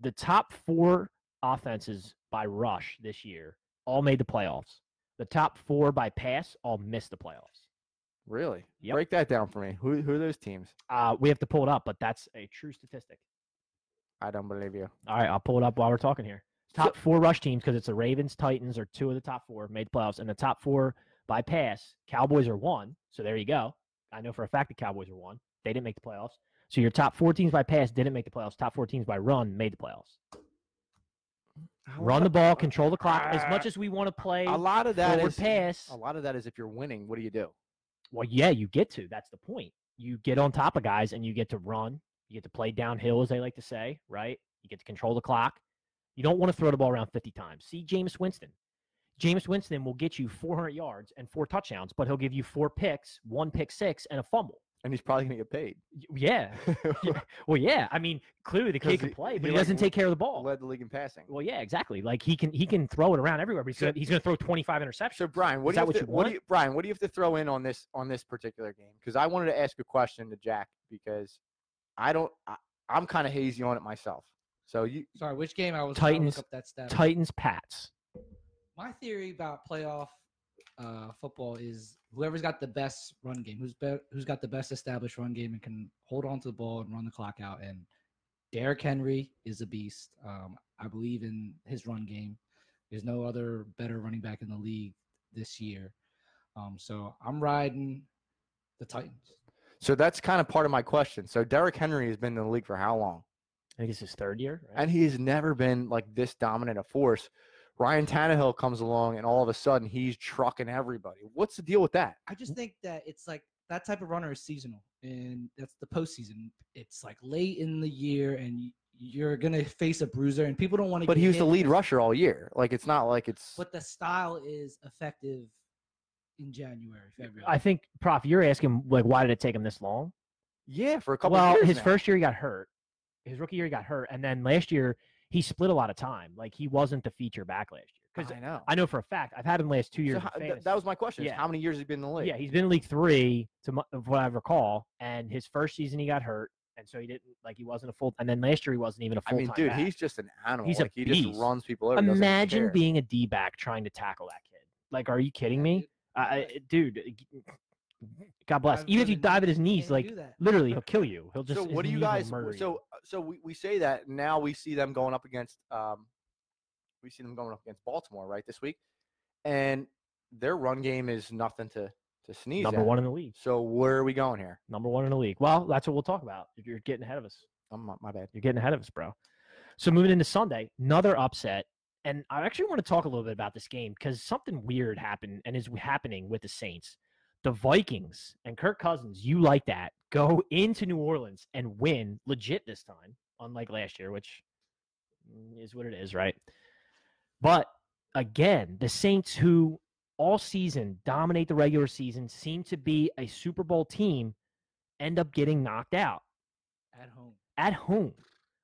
Speaker 1: the top four offenses by rush this year all made the playoffs. The top four by pass all missed the playoffs.
Speaker 2: Really?
Speaker 1: Yep.
Speaker 2: Break that down for me. Who, who are those teams?
Speaker 1: Uh, we have to pull it up, but that's a true statistic.
Speaker 2: I don't believe you.
Speaker 1: All right, I'll pull it up while we're talking here. Top four rush teams because it's the Ravens, Titans are two of the top four made the playoffs, and the top four by pass. Cowboys are one, so there you go. I know for a fact the Cowboys are one. They didn't make the playoffs. So your top four teams by pass didn't make the playoffs. Top four teams by run made the playoffs.
Speaker 2: How
Speaker 1: Run
Speaker 2: is
Speaker 1: the
Speaker 2: that-
Speaker 1: ball, control the clock. As much as we want to play
Speaker 2: A lot of that
Speaker 1: forward
Speaker 2: is
Speaker 1: pass,
Speaker 2: a lot of that is if you're winning, what do you do?
Speaker 1: well, yeah, you get to. That's the point. You get on top of guys and you get to run. You get to play downhill, as they like to say, right? You get to control the clock. You don't want to throw the ball around 50 times. See Jameis Winston. Jameis Winston will get you 400 yards and four touchdowns, but he'll give you four picks, one pick six, and a fumble.
Speaker 2: And he's probably gonna get paid.
Speaker 1: Y- Yeah. Well, yeah. I mean, clearly the
Speaker 2: 'Cause
Speaker 1: kid can
Speaker 2: he-
Speaker 1: play, but
Speaker 2: he,
Speaker 1: he,
Speaker 2: like,
Speaker 1: doesn't
Speaker 2: w-
Speaker 1: take care of the ball.
Speaker 2: Led the league in passing.
Speaker 1: Well, yeah, exactly. Like he can he can throw it around everywhere, but he's
Speaker 2: So-
Speaker 1: gonna, he's going to throw 25 interceptions.
Speaker 2: So Brian, what
Speaker 1: Is
Speaker 2: do you,
Speaker 1: that
Speaker 2: have
Speaker 1: what
Speaker 2: to-
Speaker 1: you
Speaker 2: do you Brian, what do you have to throw in on this on this particular game? Because I wanted to ask a question to Jack because I don't I, I'm kind of hazy on it myself. So you
Speaker 3: Sorry, which game I was trying to
Speaker 1: Titans-
Speaker 3: Look up that stat.
Speaker 1: Titans, Pats.
Speaker 3: My theory about playoff uh, football is whoever's got the best run game, who's be- who's got the best established run game and can hold on to the ball and run the clock out. And Derrick Henry is a beast. Um, I believe in his run game. There's no other better running back in the league this year. Um, so I'm riding the Titans.
Speaker 2: so that's kind of part of my question. So Derrick Henry has been in the league for how long?
Speaker 1: I think it's his third year. right?
Speaker 2: And he has never been like this dominant a force. Ryan Tannehill comes along and all of a sudden he's trucking everybody. What's the deal with that?
Speaker 3: I just think that it's like that type of runner is seasonal, and that's the postseason. It's like late in the year, and y- you're gonna face a bruiser, and people don't want to.
Speaker 2: But he was the lead rusher all year. Like it's not like it's
Speaker 3: But the style is effective in January, February.
Speaker 1: I think, Prof, you're asking like why did it take him this long?
Speaker 2: yeah for a couple.
Speaker 1: well,
Speaker 2: of years
Speaker 1: his
Speaker 2: now.
Speaker 1: first year he got hurt. His rookie year he got hurt, and then last year he split a lot of time. Like he wasn't the feature back last year. Because
Speaker 2: I know.
Speaker 1: I know for a fact I've had him last two
Speaker 2: So
Speaker 1: years.
Speaker 2: how-
Speaker 1: in
Speaker 2: th-
Speaker 1: fantasy.
Speaker 2: that was my question. is
Speaker 1: Yeah.
Speaker 2: How many years has he been in the league?
Speaker 1: yeah, he's been in League Three to my- of what I recall, and his first season he got hurt, and so he didn't like he wasn't a full. And then last year he wasn't even a
Speaker 2: I
Speaker 1: full.
Speaker 2: mean, dude, he's just an animal.
Speaker 1: He's a
Speaker 2: like he
Speaker 1: beast.
Speaker 2: just runs people over. doesn't
Speaker 1: imagine
Speaker 2: care.
Speaker 1: being a D back trying to tackle that kid. Like, are you kidding me? I, I, dude, God bless.
Speaker 3: I've
Speaker 1: Even if
Speaker 3: done
Speaker 1: you
Speaker 3: it,
Speaker 1: dive at his
Speaker 3: You
Speaker 1: knees,
Speaker 3: can't
Speaker 1: like
Speaker 3: do that.
Speaker 1: literally, he'll kill you. He'll just.
Speaker 2: so
Speaker 1: his
Speaker 2: what do you
Speaker 1: knees will
Speaker 2: guys?
Speaker 1: murder you.
Speaker 2: So uh, so we, we say that now we see them going up against um, we see them going up against Baltimore right this week, and their run game is nothing to to sneeze
Speaker 1: number
Speaker 2: at.
Speaker 1: one in the league.
Speaker 2: So where are we going here?
Speaker 1: Number one in the league. Well, that's what we'll talk about. You're getting ahead of us.
Speaker 2: I'm not, my bad.
Speaker 1: You're getting ahead of us, bro. So moving into Sunday, another upset. And I actually want to talk a little bit about this game because something weird happened and is happening with the Saints. The Vikings and Kirk Cousins, you like that, go into New Orleans and win legit this time, unlike last year, which mm, is what it is, right? But again, the Saints, who all season dominate the regular season, seem to be a Super Bowl team, end up getting knocked out
Speaker 3: at home.
Speaker 1: at home.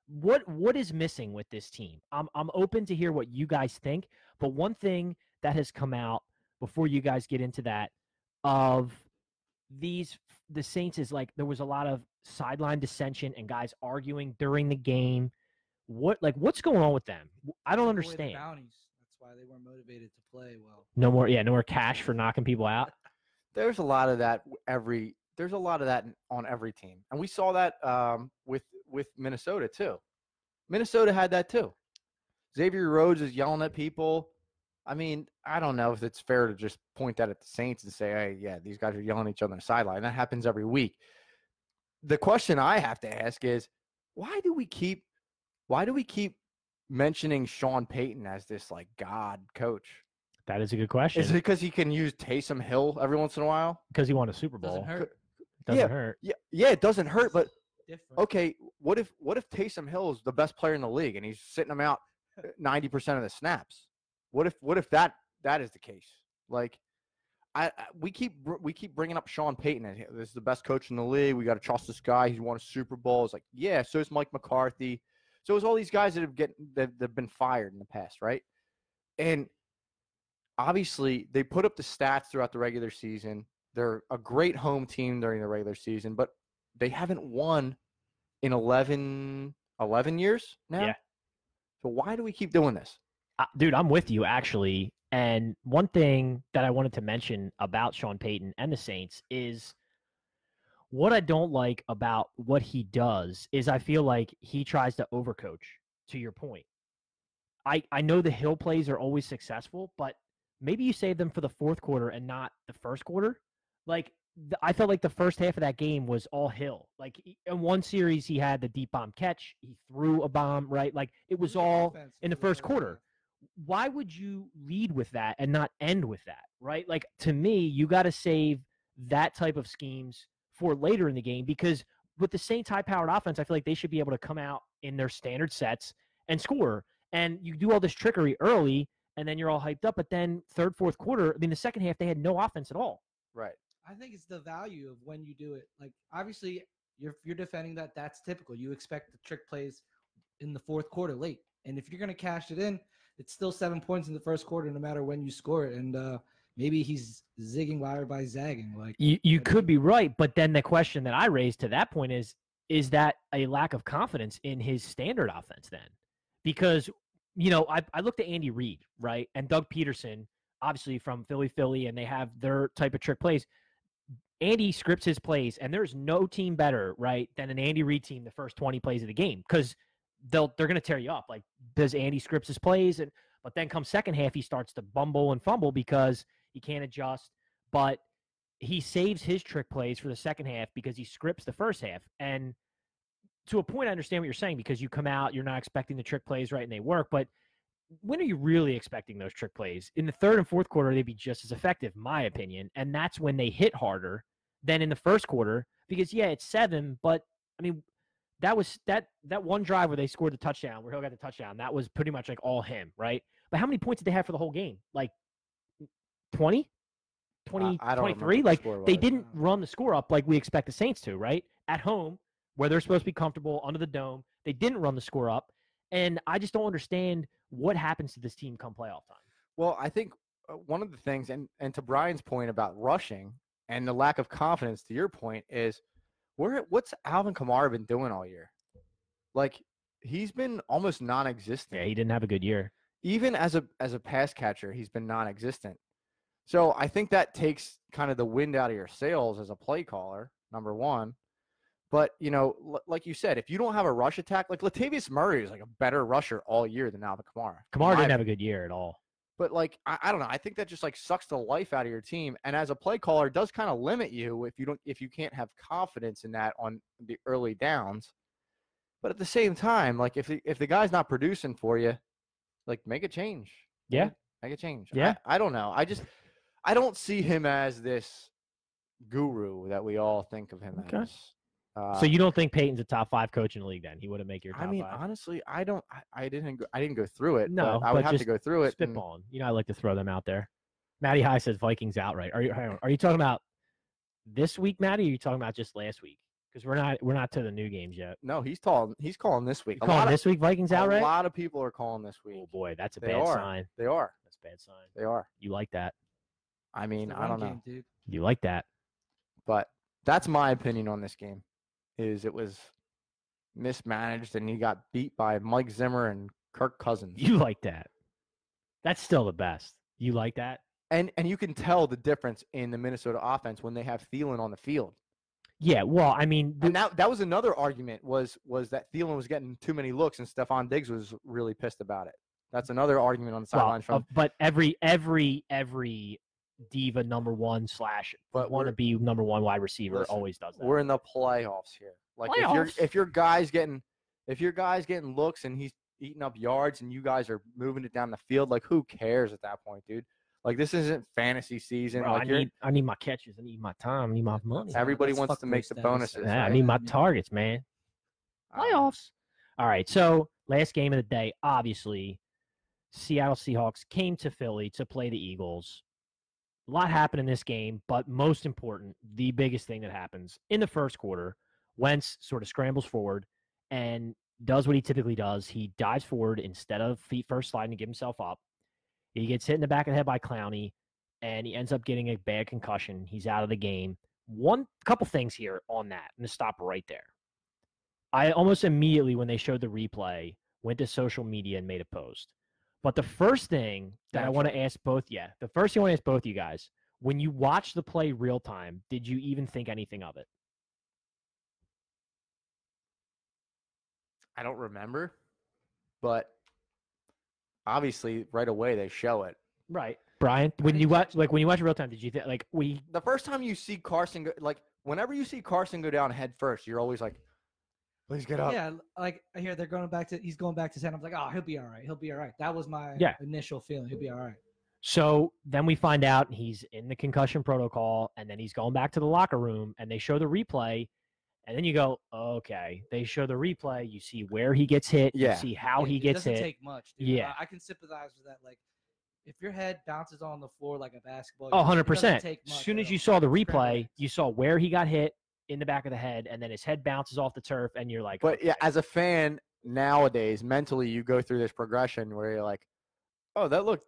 Speaker 1: What what is missing with this team? I'm I'm open to hear what you guys think, but one thing that has come out before you guys get into that of these the Saints is like there was a lot of sideline dissension and guys arguing during the game. What like what's going on with them? W- I don't
Speaker 3: Take away the
Speaker 1: understand.
Speaker 3: Bounties. That's why they weren't motivated to play well.
Speaker 1: No more yeah, no more cash for knocking people out.
Speaker 2: There's a lot of that w- every. There's a lot of that in- on every team, and we saw that um, with with Minnesota too. Minnesota had that too. Xavier Rhodes is yelling at people. I mean, I don't know if it's fair to just point that at the Saints and say, hey, yeah, these guys are yelling at each other on the sideline. That happens every week. The question I have to ask is, why do we keep why do we keep mentioning Sean Payton as this like God coach?
Speaker 1: That is a good question
Speaker 2: Is it because he can use Taysom Hill every once in a while?
Speaker 1: because he won a Super Bowl.
Speaker 3: Doesn't hurt.
Speaker 1: Doesn't
Speaker 2: Yeah.
Speaker 1: hurt.
Speaker 2: Yeah, yeah, it doesn't hurt, but
Speaker 3: Different.
Speaker 2: okay, what if what if Taysom Hill is the best player in the league and he's sitting him out ninety percent of the snaps? What if what if that that is the case? Like, I, I we keep br- we keep bringing up Sean Payton. And this is the best coach in the league. We got to trust this guy. He's won a Super Bowl. It's like yeah. So is Mike McCarthy. So is all these guys that have get that have been fired in the past, right? And obviously they put up the stats throughout the regular season. They're a great home team during the regular season, but they haven't won in 11, 11 years now.
Speaker 1: Yeah.
Speaker 2: So why do we keep doing this?
Speaker 1: Uh, dude, I'm with you actually. And one thing that I wanted to mention about Sean Payton and the Saints is what I don't like about what he does is I feel like he tries to overcoach. To your point, I I know the Hill plays are always successful, but maybe you save them for the fourth quarter and not the first quarter. Like th- I felt like the first half of that game was all Hill. Like he- in one series, he had the deep bomb catch, he threw a bomb right. Like it was all in the first quarter. why would you lead with that and not end with that, right? Like to me, you got to save that type of schemes for later in the game because with the Saints high powered offense, I feel like they should be able to come out in their standard sets and score. And you do all this trickery early and then you're all hyped up, but then third, fourth quarter, I mean the second half they had no offense at all.
Speaker 2: Right.
Speaker 3: I think it's the value of when you do it. Like obviously you're you're defending that that's typical. You expect the trick plays in the fourth quarter late. And if you're gonna cash it in, it's still seven points in the first quarter no matter when you score it. And uh maybe he's zigging while everybody's zagging. Like
Speaker 1: You you
Speaker 3: I
Speaker 1: could be right, but then the question that I raised to that point is is that a lack of confidence in his standard offense then? Because you know, I I looked at Andy Reid, right? And Doug Peterson, obviously from Philly Philly and they have their type of trick plays. Andy scripts his plays and there's no team better, right, than an Andy Reid team the first 20 plays of the game cuz they'll they're going to tear you up. Like does Andy scripts his plays and but then come second half he starts to bumble and fumble because he can't adjust, but he saves his trick plays for the second half because he scripts the first half. And to a point, I understand what you're saying because you come out, you're not expecting the trick plays right, and they work. But when are you really expecting those trick plays? In the third and fourth quarter, they'd be just as effective, my opinion. And that's when they hit harder than in the first quarter because yeah, it's seven, but I mean. That was that that one drive where they scored the touchdown, where Hill got the touchdown. That was pretty much like all him, right? But how many points did they have for the whole game? Like 20? 20
Speaker 2: Uh, I don't remember
Speaker 1: 23?
Speaker 2: what the
Speaker 1: Like
Speaker 2: score
Speaker 1: they
Speaker 2: was.
Speaker 1: didn't
Speaker 3: Wow.
Speaker 1: run the score up like we expect the Saints to, right? At home, where they're supposed to be comfortable under the dome, they didn't run the score up, and I just don't understand what happens to this team come playoff time.
Speaker 2: Well, I think uh, one of the things, and and to Brian's point about rushing and the lack of confidence, to your point is, where what's Alvin Kamara been doing all year? Like he's been almost non-existent.
Speaker 1: Yeah, he didn't have a good year.
Speaker 2: even as a as a pass catcher, he's been non-existent. So I think that takes kind of the wind out of your sails as a play caller, number one. But you know, l- like you said, if you don't have a rush attack, like Latavius Murray is like a better rusher all year than Alvin Kamara. in
Speaker 1: Kamara
Speaker 2: my
Speaker 1: didn't have a good year at all.
Speaker 2: but like I, I don't know i think that just like sucks the life out of your team and as a play caller it does kind of limit you if you don't if you can't have confidence in that on the early downs but at the same time like if the, if the guy's not producing for you like make a change
Speaker 1: Yeah.
Speaker 2: make a change I-
Speaker 1: Yeah.
Speaker 2: I don't know i just i don't see him as this guru that we all think of him
Speaker 1: Okay.
Speaker 2: as uh,
Speaker 1: so you don't think Peyton's a top five coach in the league? Then he wouldn't make your top
Speaker 2: i mean
Speaker 1: five.
Speaker 2: honestly i don't I, I didn't go, i didn't go through it
Speaker 1: No,
Speaker 2: but i would
Speaker 1: but
Speaker 2: have
Speaker 1: just
Speaker 2: to go through it and-
Speaker 1: Spitballing, you know, I like to throw them out there. Matty High says Vikings outright. Are you hang on, are you talking about this week, Matty? Or are you talking about just last week? Because we're not we're not to the new games yet.
Speaker 2: no he's calling he's calling this week
Speaker 1: You
Speaker 2: a lot
Speaker 1: calling
Speaker 2: of,
Speaker 1: this week Vikings
Speaker 2: A
Speaker 1: outright?
Speaker 2: lot of people are calling this week.
Speaker 1: Oh boy, that's a
Speaker 2: They
Speaker 1: bad
Speaker 2: are.
Speaker 1: sign.
Speaker 2: They are.
Speaker 1: That's a bad sign.
Speaker 2: They are.
Speaker 1: You like that?
Speaker 2: I
Speaker 3: it's
Speaker 2: mean,
Speaker 3: the
Speaker 2: I
Speaker 3: run
Speaker 2: don't know,
Speaker 3: game, dude.
Speaker 1: You like that?
Speaker 2: but that's my opinion on this game. Is it was mismanaged and he got beat by Mike Zimmer and Kirk Cousins.
Speaker 1: You like that? That's still the best. You like that?
Speaker 2: and and you can tell the difference in the Minnesota offense when they have Thielen on the field.
Speaker 1: Yeah. Well, I mean, the-
Speaker 2: And that that was another argument was was that Thielen was getting too many looks and Stephon Diggs was really pissed about it. That's another argument on the
Speaker 1: Well,
Speaker 2: sideline.
Speaker 1: uh,
Speaker 2: from
Speaker 1: but every every every diva number one slash
Speaker 2: But
Speaker 1: want to be
Speaker 2: we're-
Speaker 1: number one wide receiver
Speaker 2: Listen,
Speaker 1: always does that.
Speaker 2: we're in the playoffs here. Like if your
Speaker 1: Playoffs?
Speaker 2: if your guys getting if your guys getting looks and he's eating up yards and you guys are moving it down the field, like who cares at that point, dude? Like this isn't fantasy season.
Speaker 1: Bro, I
Speaker 2: like you're,
Speaker 1: need I need my catches. I need my time. I need my money.
Speaker 3: That's-
Speaker 2: Everybody
Speaker 3: that's
Speaker 2: wants
Speaker 3: fuck
Speaker 2: to make
Speaker 3: Bruce
Speaker 2: the
Speaker 3: Dennison.
Speaker 2: bonuses,
Speaker 1: Yeah, I
Speaker 2: right?
Speaker 1: need my targets, man.
Speaker 2: I don't know.
Speaker 1: playoffs. Um, All right. So last game of the day, obviously, Seattle Seahawks came to Philly to play the Eagles. A lot happened in this game, but most important, the biggest thing that happens in the first quarter, Wentz sort of scrambles forward and does what he typically does. He dives forward instead of feet first sliding to give himself up. He gets hit in the back of the head by Clowney, and he ends up getting a bad concussion. He's out of the game. One couple things here on that. I'm gonna stop right there. I almost immediately, when they showed the replay, went to social media and made a post. But the first thing that I want to ask both, yeah, the first thing I want to ask both you guys, when you watch the play real time, did you even think anything of it?
Speaker 2: I don't remember, but obviously right away they show it.
Speaker 1: Right, Brian. When
Speaker 3: didn't
Speaker 1: you watch,
Speaker 3: catch
Speaker 1: like when you watch it real time, did you think like we?
Speaker 2: The first time you see Carson, go, like whenever you see Carson go down head first, you're always like, "Please get up."
Speaker 3: Yeah, l- like I hear they're going back to he's going back to ten. I'm like, oh, he'll be all right. He'll be all right. That was my
Speaker 1: Yeah.
Speaker 3: initial feeling. He'll be all right.
Speaker 1: So then we find out he's in the concussion protocol, and then he's going back to the locker room, and they show the replay, and then you go, okay. They show the replay. You see where he gets hit.
Speaker 2: Yeah.
Speaker 1: You see how
Speaker 3: Yeah,
Speaker 1: he
Speaker 3: it
Speaker 1: gets
Speaker 3: doesn't
Speaker 1: hit. Oh,
Speaker 3: take much. dude.
Speaker 1: Yeah.
Speaker 3: I, I can sympathize with that. Like, if your head bounces on the floor like a basketball,
Speaker 1: Oh,
Speaker 3: it doesn't
Speaker 1: 100%.
Speaker 3: take
Speaker 1: As
Speaker 3: much
Speaker 1: soon
Speaker 3: at
Speaker 1: as you
Speaker 3: all.
Speaker 1: saw the
Speaker 3: Scramble
Speaker 1: replay,
Speaker 3: eggs.
Speaker 1: you saw where he got hit in the back of the head, and then his head bounces off the turf, and you're like,
Speaker 2: But yeah, as a fan nowadays, mentally you go through this progression where you're like, "Oh, that looked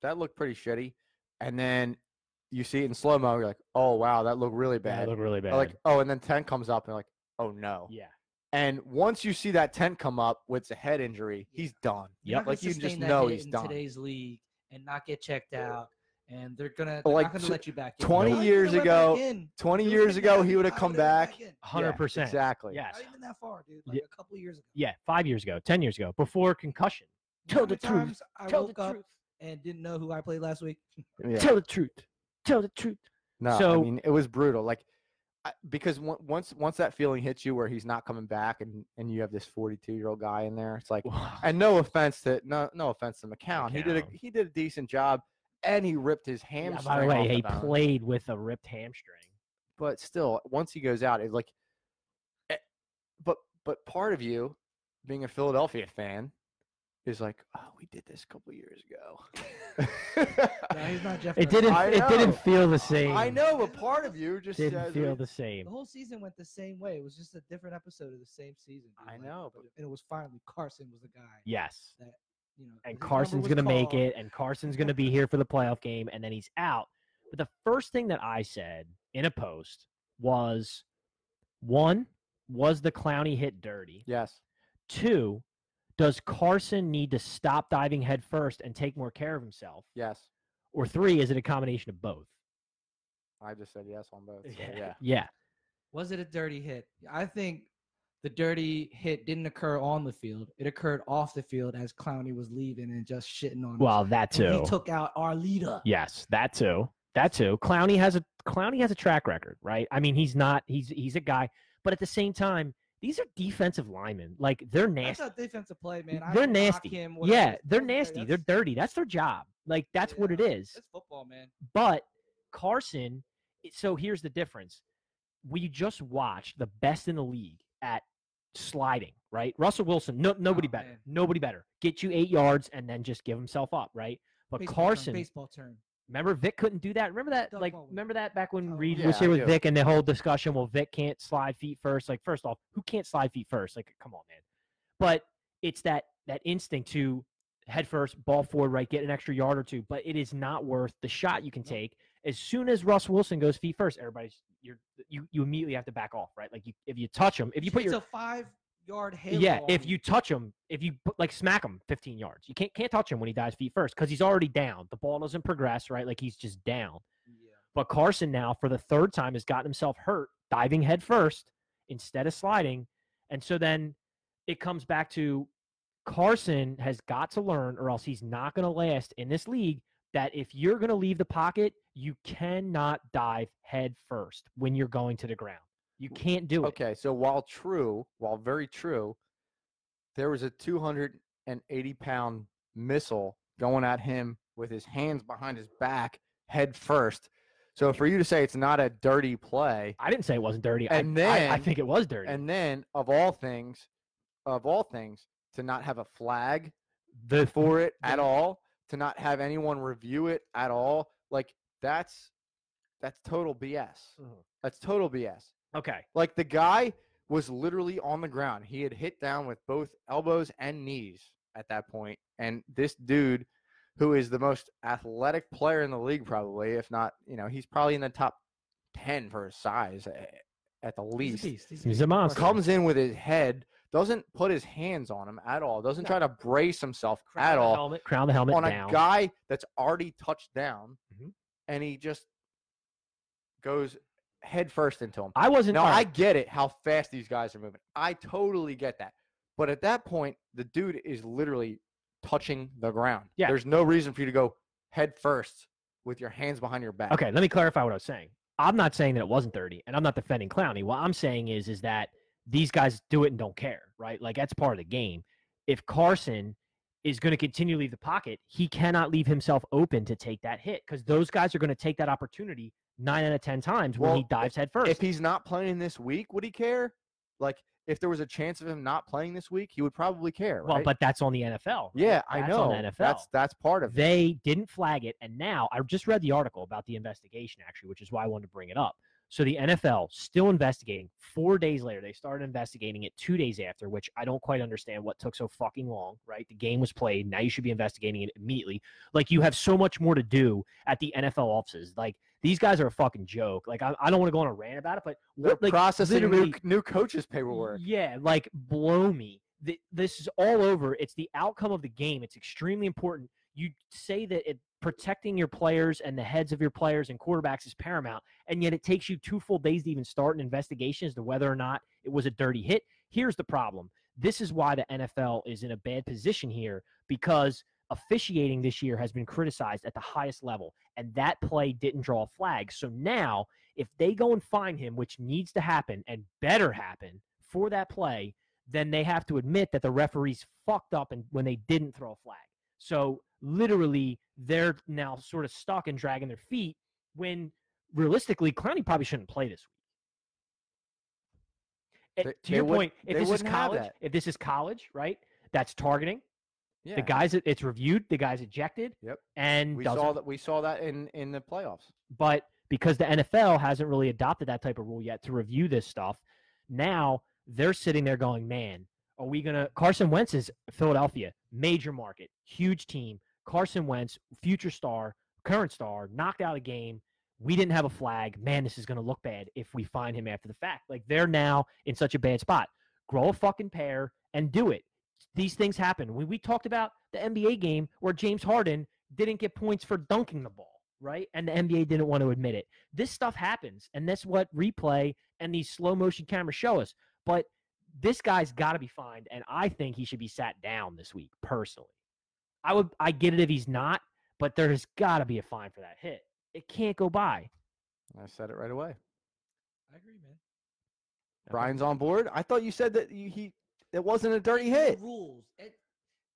Speaker 2: that looked pretty shitty," and then you see it in slow mo. You're like, "Oh wow, that looked really
Speaker 1: "Yeah,
Speaker 2: bad."
Speaker 1: look really bad.
Speaker 2: Or Like, oh, and then ten comes up and like, "Oh no."
Speaker 1: yeah,
Speaker 2: And once you see that ten come up with a head injury,
Speaker 3: Yeah.
Speaker 2: he's
Speaker 1: Yep.
Speaker 2: done.
Speaker 3: You're not gonna
Speaker 2: Like, you
Speaker 3: sustain
Speaker 2: just
Speaker 3: that
Speaker 2: know
Speaker 3: hit
Speaker 2: he's
Speaker 3: in
Speaker 2: done.
Speaker 3: Today's league and not get checked out, and they're
Speaker 2: Well,
Speaker 3: gonna they're
Speaker 2: like,
Speaker 3: not gonna
Speaker 2: tw-
Speaker 3: let you back. in.
Speaker 2: 20
Speaker 3: Why you
Speaker 2: years
Speaker 3: went back
Speaker 2: ago-
Speaker 3: in?
Speaker 2: Twenty
Speaker 3: It
Speaker 2: years
Speaker 3: would've
Speaker 2: ago,
Speaker 3: been
Speaker 2: he would have
Speaker 3: nothing.
Speaker 2: come
Speaker 3: Why would've
Speaker 2: back.
Speaker 3: been in?
Speaker 1: hundred
Speaker 2: Yeah,
Speaker 1: percent.
Speaker 2: Exactly.
Speaker 1: Yes.
Speaker 3: Not even that far, dude.
Speaker 1: Yeah.
Speaker 3: Like a couple years ago.
Speaker 1: Yeah, five years ago, ten years ago, before concussion.
Speaker 3: You know
Speaker 1: Tell
Speaker 3: how
Speaker 1: the
Speaker 3: many
Speaker 1: truth.
Speaker 3: times I
Speaker 1: Tell the
Speaker 3: woke up
Speaker 1: truth.
Speaker 3: and didn't know who I played last week.
Speaker 2: Yeah.
Speaker 1: Tell the truth. Tell the truth.
Speaker 2: No,
Speaker 1: So-
Speaker 2: I mean it was brutal. Like I- because on- once once that feeling hits you where he's not coming back, and and you have this forty two year old guy in there, it's like. And no offense to no no offense to McCown, he did a
Speaker 1: McCown.
Speaker 2: he did a decent job, and he ripped his
Speaker 1: Yeah,
Speaker 2: hamstring.
Speaker 1: by the
Speaker 2: off
Speaker 1: way,
Speaker 2: the
Speaker 1: he
Speaker 2: bone.
Speaker 1: played with a ripped hamstring.
Speaker 2: But still, once he goes out, it's like, eh, but but part of you, being a Philadelphia fan, is like, oh, we did this a couple years ago.
Speaker 3: No, he's not Jeff.
Speaker 1: It
Speaker 3: Burton.
Speaker 1: didn't.
Speaker 2: I
Speaker 1: It didn't
Speaker 2: know.
Speaker 1: feel the same.
Speaker 2: I know, but part of you just
Speaker 1: Didn't
Speaker 2: says,
Speaker 1: feel
Speaker 2: "We-
Speaker 1: the same.
Speaker 3: The whole season went the same way. It was just a different episode of the same season. dude,
Speaker 2: I
Speaker 3: like,
Speaker 2: know,
Speaker 3: but it- and it was finally Carson was the guy.
Speaker 1: Yes.
Speaker 3: you know, his
Speaker 1: and
Speaker 3: number
Speaker 1: Carson's
Speaker 3: was
Speaker 1: going to make
Speaker 3: called.
Speaker 1: it, and Carson's going to be here for the playoff game, and then he's out. But the first thing that I said in a post was one, was the Clowney hit dirty?
Speaker 2: yes,
Speaker 1: Two, does Carson need to stop diving head first and take more care of himself?
Speaker 2: yes.
Speaker 1: Or three, is it a combination of both?
Speaker 2: I just said yes on both. so
Speaker 1: Yeah.
Speaker 2: yeah.
Speaker 1: Yeah.
Speaker 3: Was it a dirty hit? I think the dirty hit didn't occur on the field. It occurred off the field as Clowney was leaving and just shitting on. us.
Speaker 1: Well, that
Speaker 3: And
Speaker 1: too.
Speaker 3: he took out our leader.
Speaker 1: Yes, that too. That too. Clowney has a Clowney has a track record, right? I mean, he's not he's he's a guy, but at the same time, these are defensive linemen. Like they're
Speaker 3: That's
Speaker 1: nasty.
Speaker 3: a defensive play, man. I
Speaker 1: they're
Speaker 3: don't knock
Speaker 1: nasty.
Speaker 3: him, whatever.
Speaker 1: yeah,
Speaker 3: It's
Speaker 1: they're
Speaker 3: defensive play.
Speaker 1: nasty. They're
Speaker 3: That's-
Speaker 1: dirty. That's their job. Like that's what it
Speaker 3: Yeah.
Speaker 1: is.
Speaker 3: It's football, man.
Speaker 1: But Carson, it- so here's the difference. We just watched the best in the league at sliding, right? Russell Wilson, no, nobody
Speaker 3: Oh,
Speaker 1: better.
Speaker 3: man.
Speaker 1: Nobody better. Get you 8 yards and then just give himself up, right? But
Speaker 3: Baseball term,
Speaker 1: Carson
Speaker 3: baseball term.
Speaker 1: Remember Vic couldn't do that. Remember that
Speaker 3: Doug
Speaker 1: like
Speaker 3: Baldwin.
Speaker 1: remember that back when
Speaker 3: Doug
Speaker 1: Reed
Speaker 2: Baldwin.
Speaker 1: was
Speaker 2: Yeah,
Speaker 1: here
Speaker 2: I
Speaker 1: with
Speaker 2: do.
Speaker 1: Vic and the whole discussion, well, Vic can't slide feet first. Like, first off, who can't slide feet first? Like, come on, man. But it's that that instinct to head first, ball forward, right, get an extra yard or two. But it is not worth the shot you can
Speaker 3: Nope.
Speaker 1: take. As soon as Russ Wilson goes feet first, everybody's you're you you immediately have to back off, right? Like you if you touch him, if you put
Speaker 3: it's
Speaker 1: your
Speaker 3: a five-yard halo.
Speaker 1: yeah,
Speaker 3: on
Speaker 1: if you touch him, if you put- like smack him 15 yards, you can't can't touch him when he dives feet first because he's already down. The ball doesn't progress, right? Like he's just down.
Speaker 3: Yeah.
Speaker 1: But Carson now, for the third time, has gotten himself hurt diving head first instead of sliding. And so then it comes back to Carson has got to learn, or else he's not going to last in this league. That if you're going to leave the pocket, you cannot dive head first when you're going to the ground. You can't do it.
Speaker 2: Okay, so while true, while very true, there was a 280 pound missile going at him with his hands behind his back, head first. So for you to say it's not a dirty play,
Speaker 1: I didn't say it wasn't dirty. I-
Speaker 2: And
Speaker 1: I, I,
Speaker 2: then-
Speaker 1: think it was dirty.
Speaker 2: and then of all things, of all things, to not have a flag
Speaker 1: the
Speaker 2: for it at all, to not have anyone review it at all, like that's that's total BS.
Speaker 1: Mhm.
Speaker 2: That's total BS.
Speaker 1: okay,
Speaker 2: Like the guy was literally on the ground. He had hit down with both elbows and knees at that point. And this dude, who is the most athletic player in the league, probably, if not, you know, he's probably in the top 10 for his size eh, at the
Speaker 3: He's
Speaker 2: least,
Speaker 3: a beast. He's a
Speaker 1: he's
Speaker 3: beast.
Speaker 1: a monster.
Speaker 2: comes in with his head, doesn't put his hands on him at all, doesn't
Speaker 3: No.
Speaker 2: try to brace himself
Speaker 1: Crown
Speaker 2: at
Speaker 1: the
Speaker 2: all
Speaker 1: helmet- crown the helmet
Speaker 2: on
Speaker 1: down.
Speaker 2: a guy that's already touched down
Speaker 1: Mhm.
Speaker 2: and he just goes head first into him.
Speaker 1: I wasn't.
Speaker 2: Now
Speaker 1: all
Speaker 2: I
Speaker 1: right,
Speaker 2: get it how fast these guys are moving. I totally get that. But at that point, the dude is literally touching the ground.
Speaker 1: Yeah.
Speaker 2: There's no reason for you to go head first with your hands behind your back.
Speaker 1: Okay, let me clarify what I was saying. I'm not saying that it wasn't 30, and I'm not defending Clowney. What I'm saying is, is that these guys do it and don't care, right? Like that's part of the game. If Carson is going to continue to leave the pocket, he cannot leave himself open to take that hit because those guys are going to take that opportunity nine out of ten times when he
Speaker 2: Well,
Speaker 1: dives head first.
Speaker 2: If he's not playing this week, would he care? Like if there was a chance of him not playing this week, he would probably care.
Speaker 1: Well,
Speaker 2: right?
Speaker 1: but that's on the NFL. right?
Speaker 2: yeah, I
Speaker 1: that's
Speaker 2: know.
Speaker 1: on the NFL.
Speaker 2: That's that's part of it.
Speaker 1: They didn't flag it. And now I just read the article about the investigation, actually, which is why I wanted to bring it up. So the NFL still investigating. Four days later, they started investigating it two days after, which I don't quite understand what took so fucking long, right? The game was played. Now you should be investigating it immediately. Like you have so much more to do at the NFL offices. Like these guys are a fucking joke. Like I, I don't want to go on a rant about it, but
Speaker 2: They're
Speaker 1: what like
Speaker 2: processing new,
Speaker 1: literally-
Speaker 2: c- new coaches paperwork.
Speaker 1: yeah, like blow me. Th- This is all over. It's the outcome of the game. It's extremely important. You say that it, protecting your players and the heads of your players and quarterbacks is paramount, and yet it takes you two full days to even start an investigation as to whether or not it was a dirty hit. Here's the problem. This is why the NFL is in a bad position here because officiating this year has been criticized at the highest level, and that play didn't draw a flag. So now if they go and find him, which needs to happen and better happen for that play, then they have to admit that the referees fucked up and when they didn't throw a flag. So literally, they're now sort of stuck and dragging their feet when realistically, Clowney probably shouldn't play this week.
Speaker 2: They-
Speaker 1: And to
Speaker 2: they
Speaker 1: your
Speaker 2: would-
Speaker 1: point, if
Speaker 2: they
Speaker 1: this is
Speaker 2: wouldn't have
Speaker 1: college,
Speaker 2: that.
Speaker 1: if this is college, right? That's targeting.
Speaker 2: Yeah.
Speaker 1: The guys that it's reviewed, the guys ejected,
Speaker 2: Yep.
Speaker 1: and
Speaker 2: we
Speaker 1: doesn't
Speaker 2: saw that we saw that in in the playoffs.
Speaker 1: but because the NFL hasn't really adopted that type of rule yet to review this stuff, now they're sitting there going, "Man, are we gonna?" Carson Wentz is Philadelphia, major market, huge team. Carson Wentz, future star, current star, knocked out a game. We didn't have a flag. Man, this is gonna look bad if we find him after the fact. Like they're now in such a bad spot. Grow a fucking pair and do it. These things happen. When we talked about the NBA game where James Harden didn't get points for dunking the ball, right? And the NBA didn't want to admit it. This stuff happens, and that's what replay and these slow motion cameras show us. But this guy's got to be fined, and I think he should be sat down this week. Personally, I would. I get it if he's not, but there's got to be a fine for that hit. It can't go by.
Speaker 2: I said it right away.
Speaker 3: I agree, man.
Speaker 2: Brian's on board. I thought you said that you, he it wasn't a dirty
Speaker 3: These are
Speaker 2: hit.
Speaker 3: rules. It,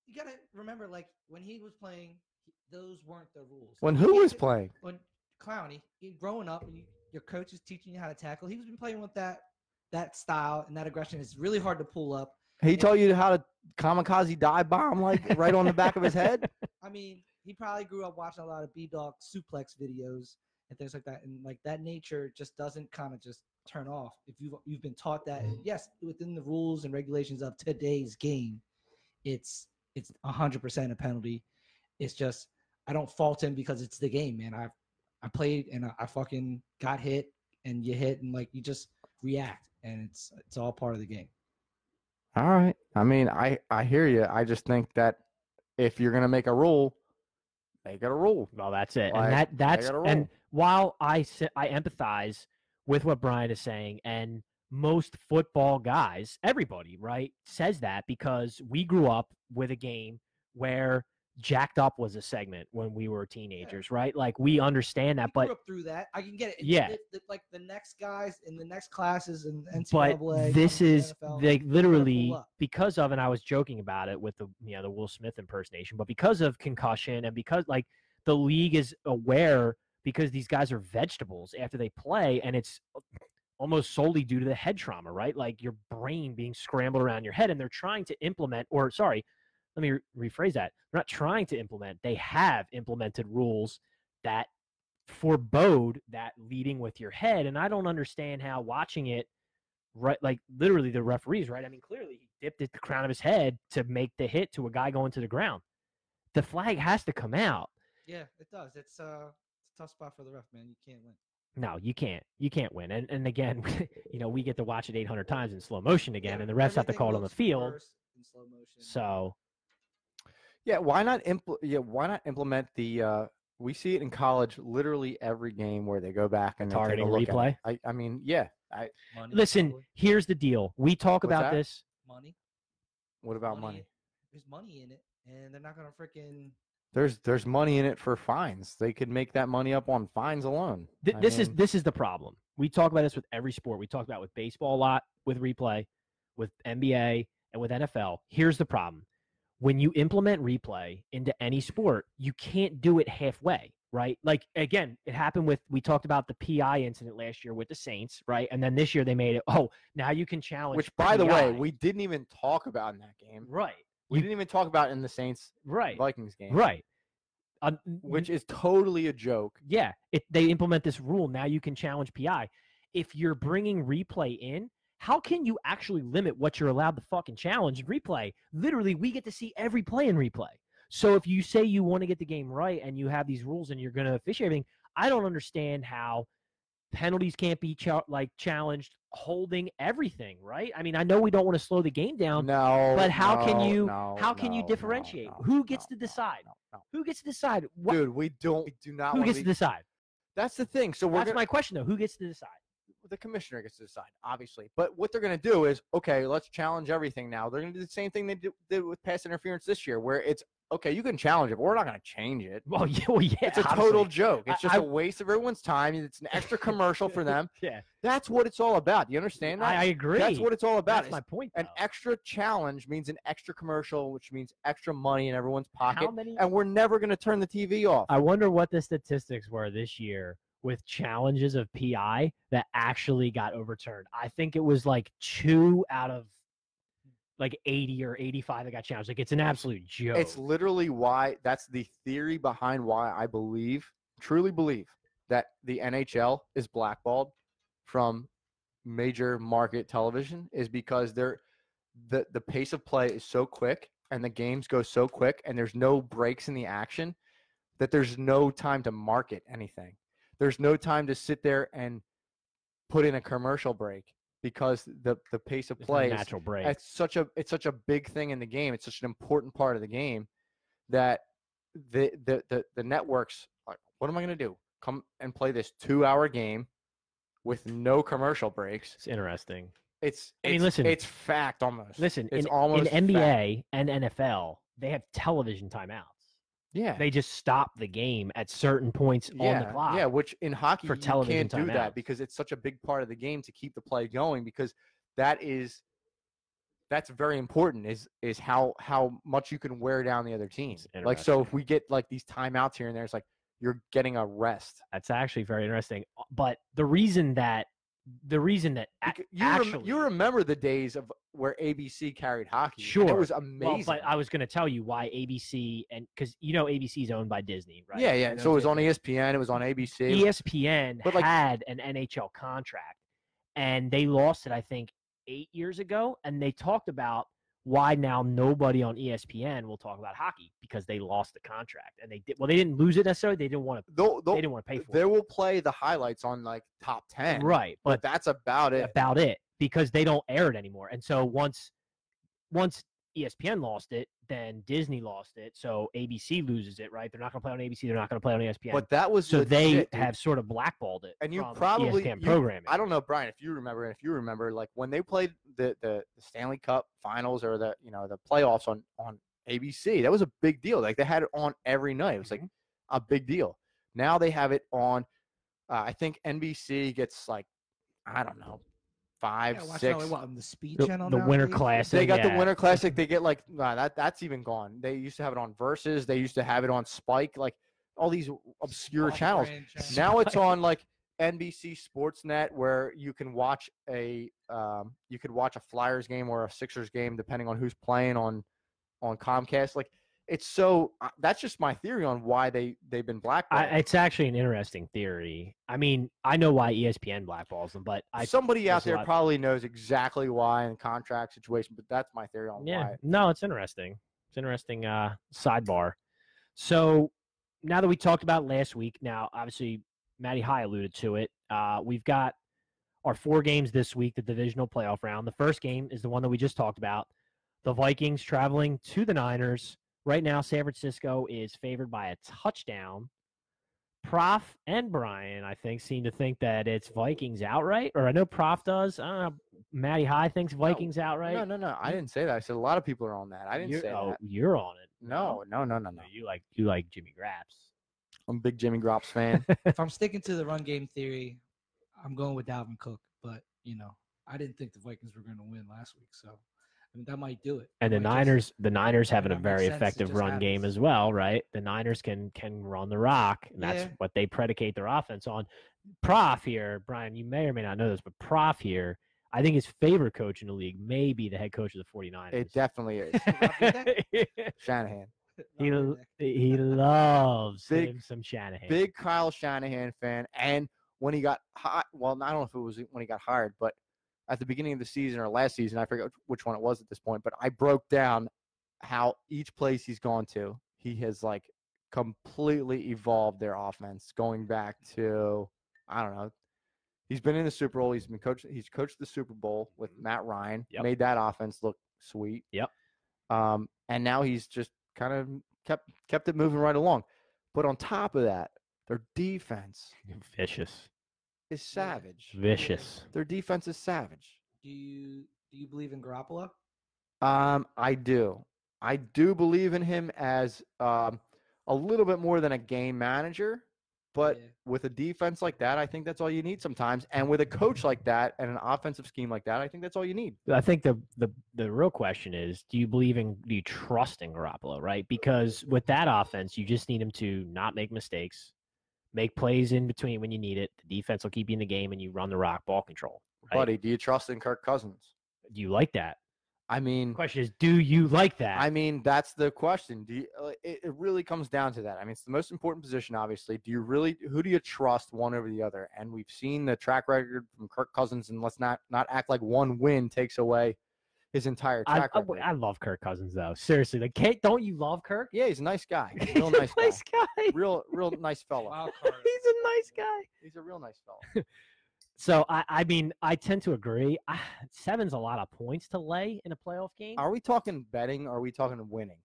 Speaker 3: you gotta remember, like when he was playing, he- those weren't the rules.
Speaker 2: When
Speaker 3: He
Speaker 2: who was
Speaker 3: did-
Speaker 2: playing?
Speaker 3: When Clowney, he- growing up, and you, your coach is teaching you how to tackle. He's been playing with that that style and that aggression. It's really hard to pull up.
Speaker 2: He told you how to kamikaze dive bomb like right on the back of his head.
Speaker 3: I mean, he probably grew up watching a lot of B Dog suplex videos and things like that, and like that nature just doesn't kind of just turn off if you've you've been taught that. And yes, within the rules and regulations of today's game, it's it's hundred percent a penalty. It's just I don't fault him because it's the game, man. I I played and I, I fucking got hit, and you hit, and like you just react, and it's it's all part of the game.
Speaker 2: All right. I mean, I I hear you. I just think that if you're gonna make a rule, make it a rule.
Speaker 1: Well, that's it,
Speaker 2: Like,
Speaker 1: and that that's
Speaker 2: gotta
Speaker 1: and
Speaker 2: roll.
Speaker 1: while I s- I empathize with what Brian is saying, and most football guys, everybody, right, says that because we grew up with a game where jacked up was a segment when we were teenagers, right? Like we understand that,
Speaker 3: I
Speaker 1: but
Speaker 3: grew up through that. I can get it. And
Speaker 1: Yeah.
Speaker 3: the- the- like the next guys in the next classes and
Speaker 1: but
Speaker 3: NCAA.
Speaker 1: this
Speaker 3: and
Speaker 1: is
Speaker 3: NFL,
Speaker 1: like literally
Speaker 3: up.
Speaker 1: because of and i was joking about it with the you know the will smith impersonation but because of concussion and because like the league is aware because these guys are vegetables after they play and it's almost solely due to the head trauma right like your brain being scrambled around your head and they're trying to implement or sorry let me re- rephrase that they're not trying to implement they have implemented rules that forebode that leading with your head and i don't understand how watching it right like literally the referees right i mean clearly he dipped at the crown of his head to make the hit to a guy going to the ground the flag has to come out
Speaker 3: yeah, it does. It's uh, it's a tough spot for the ref, man. You can't win.
Speaker 1: no you can't you can't win and, and again you know we get to watch it 800 times in slow motion again and the refs have to
Speaker 3: everything
Speaker 1: call it on the
Speaker 3: looks
Speaker 1: field
Speaker 3: worse in slow motion.
Speaker 1: so
Speaker 2: Yeah, why not impl- yeah, why not implement the uh we see it in college literally every game where they go back and they take a
Speaker 1: Targeting
Speaker 2: look at it.
Speaker 1: replay?
Speaker 2: I, I mean, yeah. I
Speaker 3: money,
Speaker 1: listen
Speaker 3: probably.
Speaker 1: here's the deal we talk
Speaker 2: What's
Speaker 1: about
Speaker 2: that?
Speaker 1: this
Speaker 3: money
Speaker 2: what about money?
Speaker 3: There's money in it, and they're not gonna freaking.
Speaker 2: There's there's money in it for fines. They could make that money up on fines alone.
Speaker 1: Th-
Speaker 2: I
Speaker 1: this is
Speaker 2: mean,
Speaker 1: this is the problem. We talk about this with every sport. We talk about it with baseball a lot, with replay, with NBA, and with NFL. Here's the problem: when you implement replay into any sport, you can't do it halfway, right? Like again, it happened with we talked about the PI incident last year with the Saints, right? And then this year they made it. Oh, now you can challenge.
Speaker 2: which by the
Speaker 1: PI."
Speaker 2: way, we didn't even talk about in that game.
Speaker 1: right,
Speaker 2: We
Speaker 1: You-
Speaker 2: didn't even talk about it in the Saints
Speaker 1: right,
Speaker 2: Vikings game.
Speaker 1: right. Um, n-
Speaker 2: Which is totally a joke.
Speaker 1: yeah, it, they implement this rule now you can challenge PI. If you're bringing replay in, how can you actually limit what you're allowed to fucking challenge in replay? Literally, we get to see every play in replay. So if you say you want to get the game right and you have these rules and you're going to officiate everything, I don't understand how penalties can't be cha- like challenged, holding everything, right? I mean, I know we don't want to slow the game down.
Speaker 2: No.
Speaker 1: but how can
Speaker 2: no,
Speaker 1: you-
Speaker 2: no,
Speaker 1: how can you
Speaker 2: no, no,
Speaker 1: differentiate?
Speaker 2: no,
Speaker 1: Who gets
Speaker 2: no,
Speaker 1: to
Speaker 2: no,
Speaker 1: decide?
Speaker 2: no, no.
Speaker 1: Who gets to decide? What,
Speaker 2: Dude, we don't we do not
Speaker 1: who
Speaker 2: wanna
Speaker 1: gets
Speaker 2: be-
Speaker 1: to decide?
Speaker 2: That's the thing. So we're
Speaker 1: That's
Speaker 2: gonna-
Speaker 1: my question though. Who gets to decide?
Speaker 2: the commissioner gets to decide, obviously. But what they're going to do is, okay, let's challenge everything now. They're going to do the same thing they did, did with pass interference this year, where it's okay, you can challenge it, but we're not going to change it.
Speaker 1: Well, yeah, well, yeah
Speaker 2: It's a
Speaker 1: obviously.
Speaker 2: total joke. It's
Speaker 1: I-
Speaker 2: just
Speaker 1: I-
Speaker 2: a waste of everyone's time. and It's an extra commercial for them.
Speaker 1: Yeah,
Speaker 2: That's what it's all about. You understand that?
Speaker 1: I, I agree.
Speaker 2: That's what it's all about.
Speaker 1: That's my
Speaker 2: is
Speaker 1: point.
Speaker 2: an
Speaker 1: though.
Speaker 2: extra challenge means an extra commercial, which means extra money in everyone's pocket.
Speaker 1: How many?
Speaker 2: And we're never going to turn the TV off.
Speaker 1: I wonder what the statistics were this year with challenges of PI that actually got overturned. I think it was like two out of like eighty or eighty-five that got challenged. Like it's an absolute joke.
Speaker 2: It's literally why that's the theory behind why I believe, truly believe, that the NHL is blackballed from major market television is because they're the the pace of play is so quick and the games go so quick and there's no breaks in the action that there's no time to market anything. There's no time to sit there and put in a commercial break because the the pace of
Speaker 1: There's no
Speaker 2: play is
Speaker 1: natural break.
Speaker 2: it's such a it's such a big thing in the game. It's such an important part of the game that the the the, the networks like, what am I going to do? Come and play this two hour game with no commercial breaks.
Speaker 1: It's interesting.
Speaker 2: It's
Speaker 1: I mean,
Speaker 2: it's-
Speaker 1: listen.
Speaker 2: it's fact almost.
Speaker 1: Listen,
Speaker 2: it's
Speaker 1: in,
Speaker 2: almost fact.
Speaker 1: in NBA and NFL, they have television timeouts.
Speaker 2: yeah,
Speaker 1: They just stop the game at certain points
Speaker 2: yeah,
Speaker 1: on the clock.
Speaker 2: yeah. Which in hockey
Speaker 1: for
Speaker 2: you
Speaker 1: television
Speaker 2: can't do
Speaker 1: timeouts.
Speaker 2: that because it's such a big part of the game to keep the play going because that is. That's very important. Is is how how much you can wear down the other team.
Speaker 1: It's
Speaker 2: Like so, if we get like these timeouts here and there, it's like you're getting a rest.
Speaker 1: That's actually very interesting. Uh, But the reason that the reason that a-
Speaker 2: Becau- you, rem-
Speaker 1: actually
Speaker 2: you remember the days of where ABC carried hockey. and
Speaker 1: Sure.
Speaker 2: it was
Speaker 1: well,
Speaker 2: amazing.
Speaker 1: but I was going to tell you why ABC and because you know ABC is owned by Disney, right? E
Speaker 2: Yeah, yeah.
Speaker 1: know
Speaker 2: So it was on E
Speaker 1: Disney.
Speaker 2: ESPN. It was on ABC.
Speaker 1: ESPN
Speaker 2: But, like-
Speaker 1: had an NHL contract, and they lost it, I think, eight years ago, and they talked about why now nobody on E ESPN will talk about hockey because they lost the contract, and they did well. They didn't lose it necessarily; they didn't want to.
Speaker 2: They'll,
Speaker 1: They
Speaker 2: they'll-
Speaker 1: didn't want to pay for
Speaker 2: they will play the highlights on like top ten.
Speaker 1: it, right? But
Speaker 2: But that's about it.
Speaker 1: about it because they don't air it anymore. And so once E once ESPN lost it, then Disney lost it, so ABC loses it, right? They're not going to play on ABC. They're not going to play on E ESPN.
Speaker 2: But that was
Speaker 1: so
Speaker 2: legit,
Speaker 1: they
Speaker 2: dude.
Speaker 1: have E sort of blackballed it.
Speaker 2: And you
Speaker 1: from
Speaker 2: probably-
Speaker 1: ESPN
Speaker 2: you-
Speaker 1: programming.
Speaker 2: I don't know, Brian, if you remember, and if you remember, like when they played the, the the Stanley Cup Finals or the you know the playoffs on on ABC, that was a big deal. Like they had it on every night. It was like
Speaker 3: Mm-hmm.
Speaker 2: a big deal. Now they have it on. Uh, I think NBC gets like I don't know five
Speaker 3: Yeah, watch it
Speaker 2: six.
Speaker 3: on, what, on the Speed
Speaker 1: The-
Speaker 3: Channel.
Speaker 1: the
Speaker 3: now,
Speaker 1: Winter
Speaker 3: please?
Speaker 1: Classic.
Speaker 2: They got the
Speaker 1: yeah.
Speaker 2: Winter Classic. They get like nah, that. That's even gone. They used to have it on Versus. They used to have it on Spike. Like all these obscure
Speaker 3: Off
Speaker 2: channels.
Speaker 3: brand channel.
Speaker 2: Now it's
Speaker 1: Spike.
Speaker 2: on like NBC Sportsnet, where you can watch a um, you could watch a Flyers game or a Sixers game, depending on who's playing on on Comcast. Like it's so uh, that's just my theory on why they they've been
Speaker 1: I,
Speaker 2: blackballed.
Speaker 1: it's actually an interesting theory. I mean, I know why E ESPN blackballs them, but I
Speaker 2: Somebody
Speaker 1: there's
Speaker 2: out
Speaker 1: a
Speaker 2: there
Speaker 1: lot-
Speaker 2: probably knows exactly why in contract situation, but that's my theory on
Speaker 1: yeah,
Speaker 2: why.
Speaker 1: no, it's interesting. It's interesting uh, sidebar. So now that we talked about last week, now obviously Matty High alluded to it. Uh, we've got our four games this week, the divisional playoff round. The first game is the one that we just talked about. The Vikings traveling to the Niners. Right now, San Francisco is favored by a touchdown. Prof and Brian, I think, seem to think that it's Vikings outright, or I know Prof does. I don't know. Matty High thinks Vikings outright.
Speaker 2: No, no, no. I didn't say that. I said a lot of people are on that. I didn't
Speaker 1: you're,
Speaker 2: say
Speaker 1: oh,
Speaker 2: that.
Speaker 1: You're on it. Oh,
Speaker 2: No, no, no,
Speaker 1: No,
Speaker 2: no, no.
Speaker 1: you like you like Jimmy Graps.
Speaker 2: I'm a big Jimmy Grops fan.
Speaker 3: if I'm sticking to the run game theory, I'm going with Dalvin Cook. But you know, I didn't think the Vikings were going to win last week, so I mean that might do it.
Speaker 1: And the
Speaker 3: It might just-
Speaker 1: Niners, the Niners
Speaker 3: I mean,
Speaker 1: having a
Speaker 3: that makes
Speaker 1: very
Speaker 3: sense. It
Speaker 1: effective
Speaker 3: just
Speaker 1: run game
Speaker 3: happens.
Speaker 1: as well, right? The Niners can can run the rock, and that's
Speaker 3: Yeah.
Speaker 1: what they predicate their offense on. Prof here, Brian, you may or may not know this, but Prof here, I think his favorite coach in the league may be the head coach of the 49ers.
Speaker 2: it definitely is. Shanahan.
Speaker 1: he,
Speaker 3: Not
Speaker 1: l-
Speaker 3: really.
Speaker 1: he loves
Speaker 2: Big-
Speaker 1: him some Shanahan.
Speaker 2: big Kyle Shanahan fan. And when he got hot, well, I don't know if it was when he got hired, but at the beginning of the season or last season, I forget which one it was at this point, but I broke down how each place he's gone to, he has like completely evolved their offense going back to, I don't know. He's been in the Super Bowl. He's been coached. He's coached the Super Bowl with Matt Ryan.
Speaker 1: Yep.
Speaker 2: Made that offense look sweet.
Speaker 1: Yep.
Speaker 2: Um, and now he's just kind of kept kept it moving right along. But on top of that, their defense
Speaker 1: vicious,
Speaker 2: is savage.
Speaker 1: vicious.
Speaker 2: Their defense is savage.
Speaker 3: Do you do you believe in Garoppolo?
Speaker 2: Um, I do. I do believe in him as um, a little bit more than a game manager, but
Speaker 3: Yeah.
Speaker 2: with a defense like that, I think that's all you need sometimes. And with a coach like that and an offensive scheme like that, I think that's all you need.
Speaker 1: I think the the the real question is, do you believe in do you trust in Garoppolo, right? Because with that offense, you just need him to not make mistakes, make plays in between when you need it. The defense will keep you in the game, and you run the rock ball control. Right?
Speaker 2: Buddy, do you trust in Kirk Cousins?
Speaker 1: do you like that?
Speaker 2: I mean,
Speaker 1: The question is, do you like that?
Speaker 2: I mean, that's the question. Do you, uh, it, it really comes down to that? I mean, it's the most important position, obviously. Do you really who do you trust one over the other? And we've seen the track record from Kirk Cousins, and let's not not act like one win takes away his entire
Speaker 1: I,
Speaker 2: track
Speaker 1: I-
Speaker 2: record.
Speaker 1: I love Kirk Cousins though. Seriously, like, can't, don't you love Kirk?
Speaker 2: yeah, he's a nice guy.
Speaker 1: He's
Speaker 2: Real
Speaker 1: a
Speaker 2: nice guy.
Speaker 1: nice guy.
Speaker 2: Real real nice fella.
Speaker 3: Wild card.
Speaker 1: He's a nice guy.
Speaker 2: He's a real nice fella.
Speaker 1: So I, I mean, I tend to agree. Ah, seven's a lot of points to lay in a playoff game.
Speaker 2: Are we talking betting? Or are we talking winning?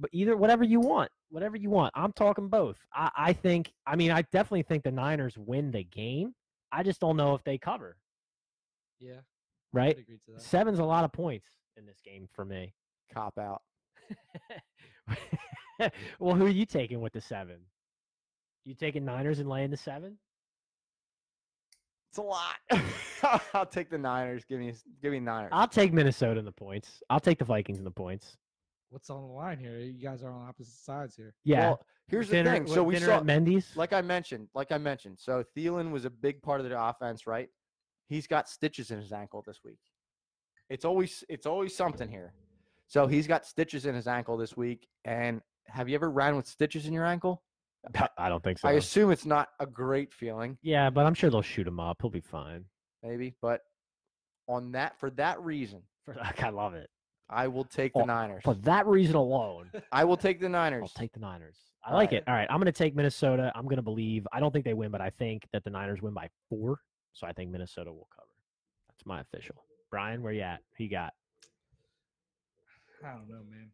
Speaker 1: b- either whatever you want, whatever you want. I'm talking both. I, I think. I mean, I definitely think the Niners win the game. I just don't know if they cover.
Speaker 3: Yeah, I
Speaker 1: Right,
Speaker 3: would agree to that.
Speaker 1: seven's a lot of points in this game for me.
Speaker 2: Cop out.
Speaker 1: well, who are you taking with the seven? You taking Niners and laying the seven?
Speaker 2: It's a lot. I'll take the Niners. Give me give me Niners.
Speaker 1: I'll take Minnesota in the points. I'll take the Vikings in the points.
Speaker 3: What's on the line here? You guys are on opposite sides here.
Speaker 1: Yeah.
Speaker 2: Well, here's
Speaker 1: dinner,
Speaker 2: the thing. So
Speaker 1: what-
Speaker 2: we
Speaker 1: dinner
Speaker 2: saw
Speaker 1: at Mendy's.
Speaker 2: like I mentioned, like I mentioned, so Thielen was a big part of their offense, right? He's got stitches in his ankle this week. It's always it's always something here. So he's got stitches in his ankle this week. And have you ever ran with stitches in your ankle?
Speaker 1: I don't think so.
Speaker 2: I assume it's not a great feeling,
Speaker 1: yeah, but I'm sure they'll shoot him up. He'll be fine.
Speaker 2: maybe, but on that for that reason,
Speaker 1: For- I love it.
Speaker 2: I will take the
Speaker 1: Oh,
Speaker 2: Niners.
Speaker 1: For that reason alone,
Speaker 2: I will take the Niners.
Speaker 1: I'll take the Niners. I
Speaker 2: All
Speaker 1: like
Speaker 2: right.
Speaker 1: it. All right, I'm going to take Minnesota. I'm going to believe. I don't think they win, but I think that the Niners win by four. So I think Minnesota will cover. That's my official. Brian, where you at? Who you got?
Speaker 3: I don't know, man.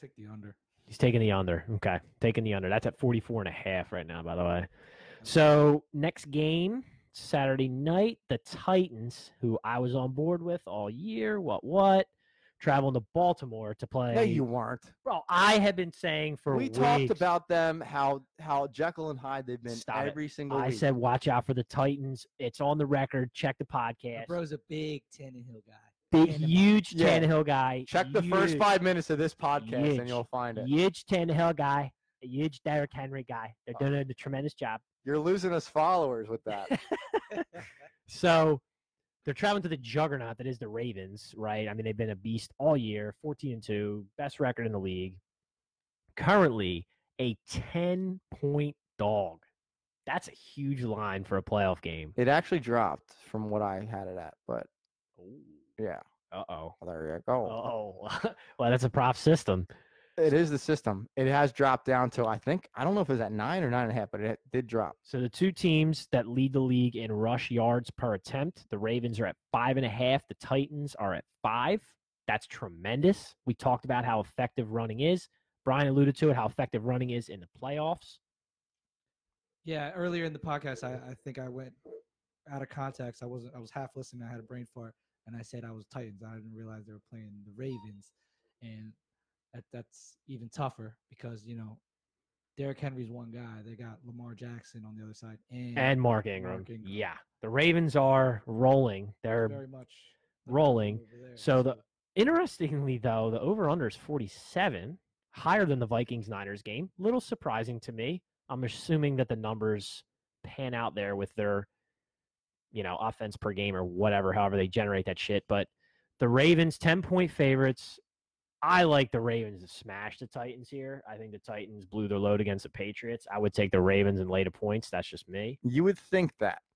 Speaker 3: Take the under.
Speaker 1: He's taking the under. Okay. Taking the under. That's at 44 and a half right now, by the way. So next game, Saturday night, the Titans, who I was on board with all year, what what, traveling to Baltimore to play.
Speaker 2: No, you weren't.
Speaker 1: Bro, I have been saying for
Speaker 2: we
Speaker 1: weeks,
Speaker 2: talked about them how how Jekyll and Hyde they've been
Speaker 1: Stop it.
Speaker 2: every single
Speaker 1: I
Speaker 2: week.
Speaker 1: said watch out for the Titans. It's on the record. Check the podcast.
Speaker 3: My bro's a big Tannehill guy.
Speaker 1: Big
Speaker 3: Tannehill.
Speaker 1: huge
Speaker 2: Yeah.
Speaker 1: Tannehill guy.
Speaker 2: Check the first
Speaker 1: huge-
Speaker 2: five minutes of this podcast
Speaker 1: Yeech.
Speaker 2: and you'll find it.
Speaker 1: Huge Tannehill guy. a Huge Derrick Henry guy. They're
Speaker 2: Oh.
Speaker 1: doing a tremendous job.
Speaker 2: You're losing us followers with that.
Speaker 1: So they're traveling to the juggernaut that is the Ravens, right? I mean, they've been a beast all year, 14 and 2, best record in the league. Currently a 10 point dog. That's a huge line for a playoff game.
Speaker 2: it actually dropped from what I had it at, but yeah,
Speaker 1: Uh oh.
Speaker 2: there you go.
Speaker 1: Oh, well, that's a prop system.
Speaker 2: It is the system. It has dropped down to I think I don't know if it was at nine or nine and a half, but it did drop.
Speaker 1: So the two teams that lead the league in rush yards per attempt, the Ravens are at five and a half. The Titans are at five. That's tremendous. We talked about how effective running is. Brian alluded to it, how effective running is in the playoffs.
Speaker 3: Yeah, earlier in the podcast, I, I think I went out of context. I wasn't. I was half listening. I had a brain fart, and I said I was Titans. I didn't realize they were playing the Ravens, and that that's even tougher because you know Derrick Henry's one guy. They got Lamar Jackson on the other side, and,
Speaker 1: And Mark Ingram.
Speaker 3: Mark Ingram.
Speaker 1: Yeah. The Ravens are rolling.
Speaker 3: they're
Speaker 1: They're
Speaker 3: very much like
Speaker 1: rolling.
Speaker 3: over there,
Speaker 1: So the- interestingly though, the over under is 47, higher than the Vikings Niners game. Little surprising to me. I'm assuming that the numbers pan out there with their you know, offense per game or whatever, however they generate that shit, but the Ravens 10 point favorites. I like the Ravens to smash the Titans here. I think the Titans blew their load against the Patriots. I would take the Ravens and lay the points. That's just me.
Speaker 2: You would think that.